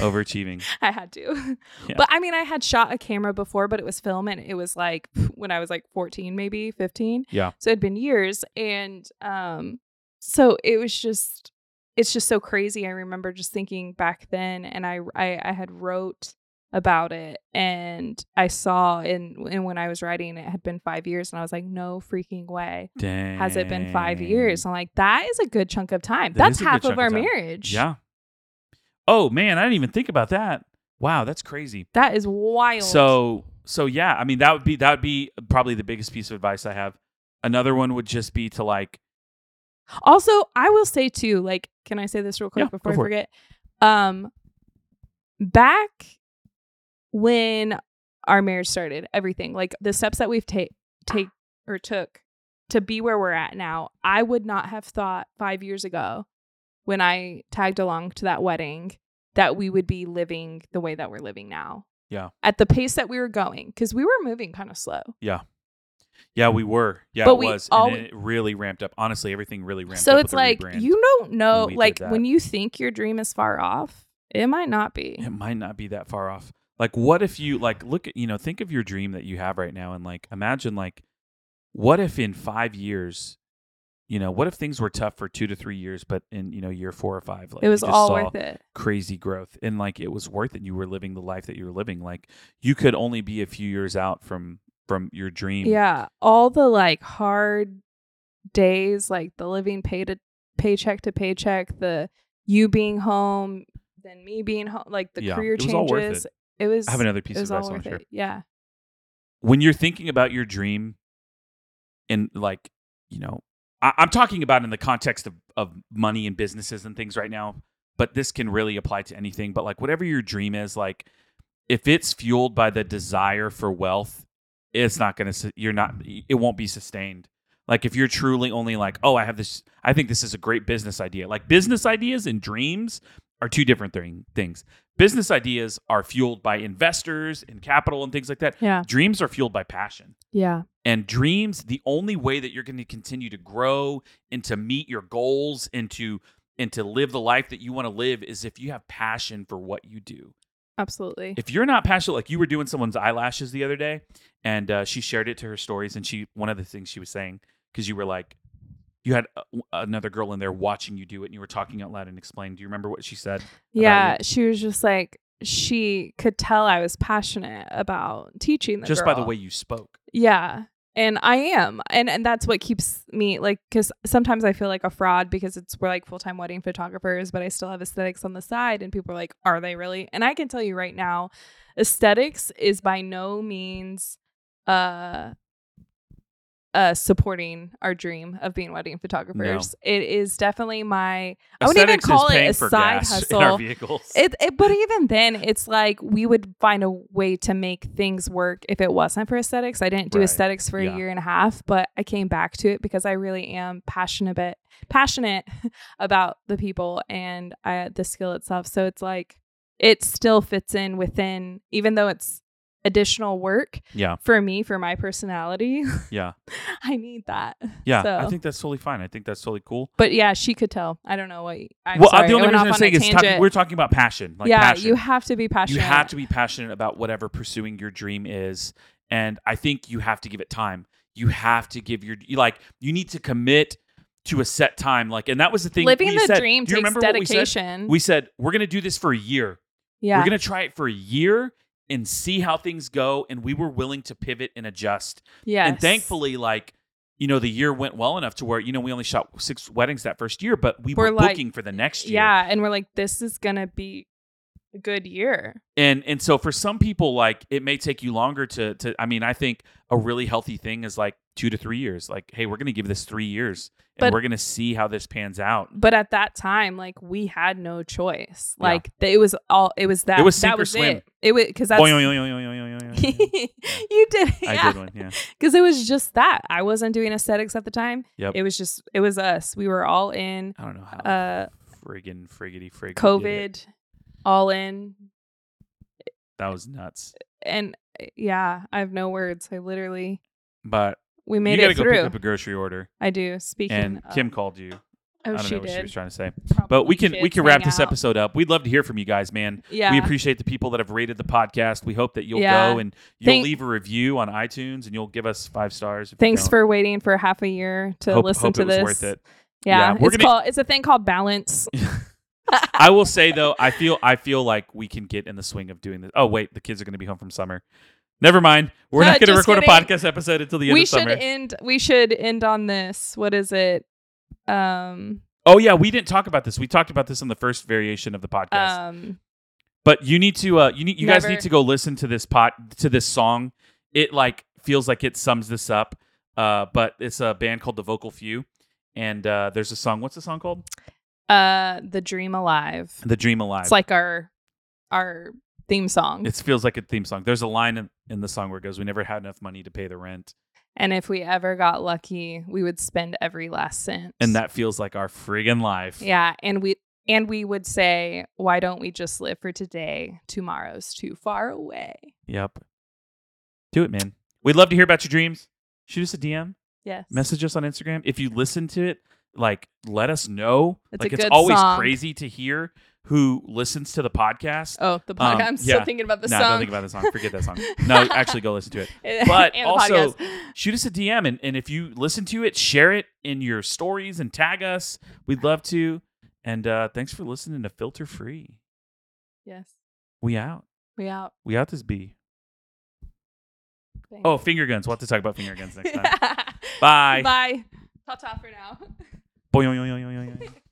[SPEAKER 1] overachieving
[SPEAKER 2] I had to.
[SPEAKER 1] Yeah.
[SPEAKER 2] But I mean, I had shot a camera before, but it was film and it was like when I was like 14, maybe 15.
[SPEAKER 1] Yeah.
[SPEAKER 2] So it had been years. And um, so it was just, it's just so crazy. I remember just thinking back then and I, I, I had wrote about it and I saw and, and when I was writing, it had been five years and I was like, no freaking way.
[SPEAKER 1] Dang.
[SPEAKER 2] Has it been five years? I'm like, that is a good chunk of time.
[SPEAKER 1] That
[SPEAKER 2] That's
[SPEAKER 1] is a good
[SPEAKER 2] half
[SPEAKER 1] chunk of
[SPEAKER 2] of our
[SPEAKER 1] time.
[SPEAKER 2] marriage.
[SPEAKER 1] yeah oh man i didn't even think about that wow that's crazy
[SPEAKER 2] That is wild.
[SPEAKER 1] So so yeah, I mean that would be that would be probably the biggest piece of advice I have. Another one would just be to like
[SPEAKER 2] Also, I will say too, like, can I say this real quick
[SPEAKER 1] Yeah, go
[SPEAKER 2] before I
[SPEAKER 1] for it.
[SPEAKER 2] forget? Um back when our marriage started, everything, like the steps that we've take take or took to be where we're at now, I would not have thought five years ago when I tagged along to that wedding that we would be living the way that we're living now.
[SPEAKER 1] Yeah.
[SPEAKER 2] At the pace that we were going, because we were moving kind of slow.
[SPEAKER 1] yeah, we were. Yeah,
[SPEAKER 2] But
[SPEAKER 1] it
[SPEAKER 2] we
[SPEAKER 1] was.
[SPEAKER 2] all-
[SPEAKER 1] and then it really ramped up. Honestly, everything really ramped up.
[SPEAKER 2] so
[SPEAKER 1] with
[SPEAKER 2] it's
[SPEAKER 1] the
[SPEAKER 2] like
[SPEAKER 1] rebrand.
[SPEAKER 2] you don't
[SPEAKER 1] when
[SPEAKER 2] know
[SPEAKER 1] we did
[SPEAKER 2] like
[SPEAKER 1] that.
[SPEAKER 2] when you think your dream is far off it might not be
[SPEAKER 1] it might not be that far off. Like what if you like look at you know, think of your dream that you have right now and like imagine like what if in five years you know, what if things were tough for two to three years, but in you know year four or five, like
[SPEAKER 2] it
[SPEAKER 1] you
[SPEAKER 2] was
[SPEAKER 1] just
[SPEAKER 2] all
[SPEAKER 1] saw
[SPEAKER 2] worth it
[SPEAKER 1] crazy growth and like it was worth it you were living the life that you were living like you could only be a few years out from from your dream
[SPEAKER 2] yeah all the like hard days like the living pay to paycheck to paycheck the you being home then me being home like the
[SPEAKER 1] Yeah,
[SPEAKER 2] career
[SPEAKER 1] it was
[SPEAKER 2] changes
[SPEAKER 1] all worth it.
[SPEAKER 2] it was
[SPEAKER 1] i have another piece
[SPEAKER 2] it
[SPEAKER 1] of
[SPEAKER 2] was all
[SPEAKER 1] advice i want
[SPEAKER 2] worth
[SPEAKER 1] to share
[SPEAKER 2] it yeah
[SPEAKER 1] when you're thinking about your dream and like you know I- i'm talking about in the context of of money and businesses and things right now but this can really apply to anything but like whatever your dream is like if it's fueled by the desire for wealth it's not going to you're not it won't be sustained like if you're truly only like oh i have this i think this is a great business idea like business ideas and dreams are two different thing, things business ideas are fueled by investors and capital and things like that
[SPEAKER 2] yeah
[SPEAKER 1] dreams are fueled by passion
[SPEAKER 2] yeah
[SPEAKER 1] and dreams the only way that you're going to continue to grow and to meet your goals and to and to live the life that you want to live is if you have passion for what you do
[SPEAKER 2] absolutely
[SPEAKER 1] if you're not passionate like you were doing someone's eyelashes the other day and uh, she shared it to her stories and she one of the things she was saying because you were like you had uh, w- another girl in there watching you do it and you were talking out loud and explained do you remember what she said
[SPEAKER 2] yeah she was just like she could tell i was passionate about teaching the
[SPEAKER 1] just by the
[SPEAKER 2] girl.
[SPEAKER 1] way you spoke
[SPEAKER 2] Yeah. And I am. And and that's what keeps me like cuz sometimes I feel like a fraud because it's we're like full-time wedding photographers, but I still have aesthetics on the side and people are like, "Are they really?" And I can tell you right now, aesthetics is by no means uh uh supporting our dream of being wedding photographers. It is definitely my I wouldn't even
[SPEAKER 1] Aesthetics is
[SPEAKER 2] call it
[SPEAKER 1] paying
[SPEAKER 2] a
[SPEAKER 1] for
[SPEAKER 2] side
[SPEAKER 1] gas in our
[SPEAKER 2] hustle.
[SPEAKER 1] vehicles
[SPEAKER 2] It, it, but even then, it's like we would find a way to make things work if it wasn't for aesthetics. I didn't do
[SPEAKER 1] Right.
[SPEAKER 2] aesthetics for
[SPEAKER 1] Yeah.
[SPEAKER 2] a year and a half, but I came back to it because I really am passionate, bit, passionate about the people and uh, the skill itself. So it's like it still fits in within, even though it's additional work
[SPEAKER 1] yeah
[SPEAKER 2] for me for my personality.
[SPEAKER 1] yeah
[SPEAKER 2] I need that.
[SPEAKER 1] yeah i
[SPEAKER 2] So-
[SPEAKER 1] think that's totally fine i think that's totally cool
[SPEAKER 2] But yeah, she could tell. I don't know what. I'm
[SPEAKER 1] well, uh,
[SPEAKER 2] sorry,
[SPEAKER 1] the only
[SPEAKER 2] I went
[SPEAKER 1] reason
[SPEAKER 2] off
[SPEAKER 1] I'm
[SPEAKER 2] on a
[SPEAKER 1] saying is talking,
[SPEAKER 2] tangent.
[SPEAKER 1] we're talking about passion. Like
[SPEAKER 2] yeah,
[SPEAKER 1] passion.
[SPEAKER 2] you have to be passionate.
[SPEAKER 1] You have to be passionate about whatever pursuing your dream is, and I think you have to give it time. You have to give your you like you need to commit to a set time. Like, and that was the thing.
[SPEAKER 2] Living
[SPEAKER 1] we
[SPEAKER 2] the
[SPEAKER 1] said.
[SPEAKER 2] dream
[SPEAKER 1] Do you
[SPEAKER 2] takes
[SPEAKER 1] remember what We said?
[SPEAKER 2] dedication.
[SPEAKER 1] we said we're gonna do this for a year.
[SPEAKER 2] yeah.
[SPEAKER 1] We're gonna try it for a year and see how things go. And we were willing to pivot and adjust.
[SPEAKER 2] yes.
[SPEAKER 1] And thankfully, like, you know, the year went well enough to where, you know, we only shot six weddings that first year, but we were,
[SPEAKER 2] We're like-
[SPEAKER 1] booking for the next year.
[SPEAKER 2] Yeah. And we're like, this is going to be a good year.
[SPEAKER 1] and and so for some people like it may take you longer to to i mean i think a really healthy thing is like two to three years like hey we're gonna give this three years and
[SPEAKER 2] But-
[SPEAKER 1] we're gonna see how this pans out
[SPEAKER 2] But at that time, like we had no choice.
[SPEAKER 1] Yeah.
[SPEAKER 2] Like th- it was all it was that
[SPEAKER 1] It was
[SPEAKER 2] that
[SPEAKER 1] sink or
[SPEAKER 2] was
[SPEAKER 1] swim.
[SPEAKER 2] it. It was because that's
[SPEAKER 1] Boing, oing, oing, oing, oing, oing, oing, oing.
[SPEAKER 2] you did it.
[SPEAKER 1] i
[SPEAKER 2] Yeah.
[SPEAKER 1] did one yeah
[SPEAKER 2] because it was just that I wasn't doing aesthetics at the time.
[SPEAKER 1] Yep. Oh,
[SPEAKER 2] It was just it was us. We were all in
[SPEAKER 1] i don't know how
[SPEAKER 2] uh
[SPEAKER 1] friggin friggity friggin did it.
[SPEAKER 2] COVID, all in,
[SPEAKER 1] that was nuts
[SPEAKER 2] and uh, yeah, I have no words. I literally
[SPEAKER 1] but
[SPEAKER 2] we
[SPEAKER 1] you
[SPEAKER 2] made
[SPEAKER 1] gotta
[SPEAKER 2] it
[SPEAKER 1] go
[SPEAKER 2] through.
[SPEAKER 1] pick up a grocery order
[SPEAKER 2] I do. Speaking
[SPEAKER 1] and
[SPEAKER 2] of,
[SPEAKER 1] kim called you
[SPEAKER 2] oh,
[SPEAKER 1] i don't
[SPEAKER 2] she
[SPEAKER 1] know what
[SPEAKER 2] did.
[SPEAKER 1] she was trying to say but
[SPEAKER 2] Probably
[SPEAKER 1] we can we
[SPEAKER 2] kids
[SPEAKER 1] can wrap
[SPEAKER 2] hang
[SPEAKER 1] this
[SPEAKER 2] out.
[SPEAKER 1] episode up we'd love to hear from you guys man
[SPEAKER 2] Yeah,
[SPEAKER 1] We appreciate the people that have rated the podcast. We hope that you'll
[SPEAKER 2] Yeah.
[SPEAKER 1] go and you'll
[SPEAKER 2] Thank-
[SPEAKER 1] leave a review on iTunes and you'll give us five stars. if you
[SPEAKER 2] Thanks
[SPEAKER 1] don't.
[SPEAKER 2] for waiting for half a year to
[SPEAKER 1] hope,
[SPEAKER 2] listen
[SPEAKER 1] hope
[SPEAKER 2] to
[SPEAKER 1] it was
[SPEAKER 2] this.
[SPEAKER 1] Worth it.
[SPEAKER 2] Yeah,
[SPEAKER 1] Yeah, we're
[SPEAKER 2] it's
[SPEAKER 1] gonna-
[SPEAKER 2] called it's a thing called balance.
[SPEAKER 1] I will say though, I feel I feel like we can get in the swing of doing this. Oh wait, the kids are going to be home from summer. Never mind. We're
[SPEAKER 2] Uh,
[SPEAKER 1] not going to
[SPEAKER 2] just
[SPEAKER 1] record
[SPEAKER 2] kidding.
[SPEAKER 1] a podcast episode until the end
[SPEAKER 2] we
[SPEAKER 1] of
[SPEAKER 2] should
[SPEAKER 1] summer.
[SPEAKER 2] end. We should end on this. What is it? Um.
[SPEAKER 1] oh yeah, we didn't talk about this. We talked about this in the first variation of the podcast.
[SPEAKER 2] Um.
[SPEAKER 1] but you need to uh, you need you guys
[SPEAKER 2] Never-
[SPEAKER 1] need to go listen to this pot to this song. It like feels like it sums this up. Uh, but it's a band called The Vocal Few, and uh, there's a song. What's the song called?
[SPEAKER 2] Uh. The dream alive.
[SPEAKER 1] The Dream Alive.
[SPEAKER 2] It's like our our theme song.
[SPEAKER 1] it feels like a theme song. There's a line in, in the song where it goes, "We never had enough money to pay the rent,"
[SPEAKER 2] and if we ever got lucky, we would spend every last cent.
[SPEAKER 1] and that feels like our friggin' life.
[SPEAKER 2] Yeah, and we and we would say, why don't we just live for today? Tomorrow's too far away.
[SPEAKER 1] Yep. Do it, man. We'd love to hear about your dreams. Shoot us a DM.
[SPEAKER 2] Yes.
[SPEAKER 1] message us on Instagram. If you listen to it, like let us know.
[SPEAKER 2] It's a
[SPEAKER 1] like it's
[SPEAKER 2] good
[SPEAKER 1] always
[SPEAKER 2] song.
[SPEAKER 1] crazy to hear who listens to the podcast.
[SPEAKER 2] oh, the podcast.
[SPEAKER 1] Um,
[SPEAKER 2] I'm still
[SPEAKER 1] yeah.
[SPEAKER 2] thinking about the
[SPEAKER 1] no,
[SPEAKER 2] song.
[SPEAKER 1] don't think about the song. Forget that song. No, actually go listen to it. But
[SPEAKER 2] and the
[SPEAKER 1] also-
[SPEAKER 2] podcast.
[SPEAKER 1] Shoot us a DM and, and if you listen to it, share it in your stories and tag us. We'd love to. And uh thanks for listening to Filter Free.
[SPEAKER 2] yes,
[SPEAKER 1] We out.
[SPEAKER 2] we out.
[SPEAKER 1] We out this B.
[SPEAKER 2] Thanks.
[SPEAKER 1] Oh, finger guns. We'll have to talk about finger guns next time.
[SPEAKER 2] Yeah.
[SPEAKER 1] Bye.
[SPEAKER 2] Bye. Ta ta for now.
[SPEAKER 1] Boing, boing, boing, boing, boing, boing.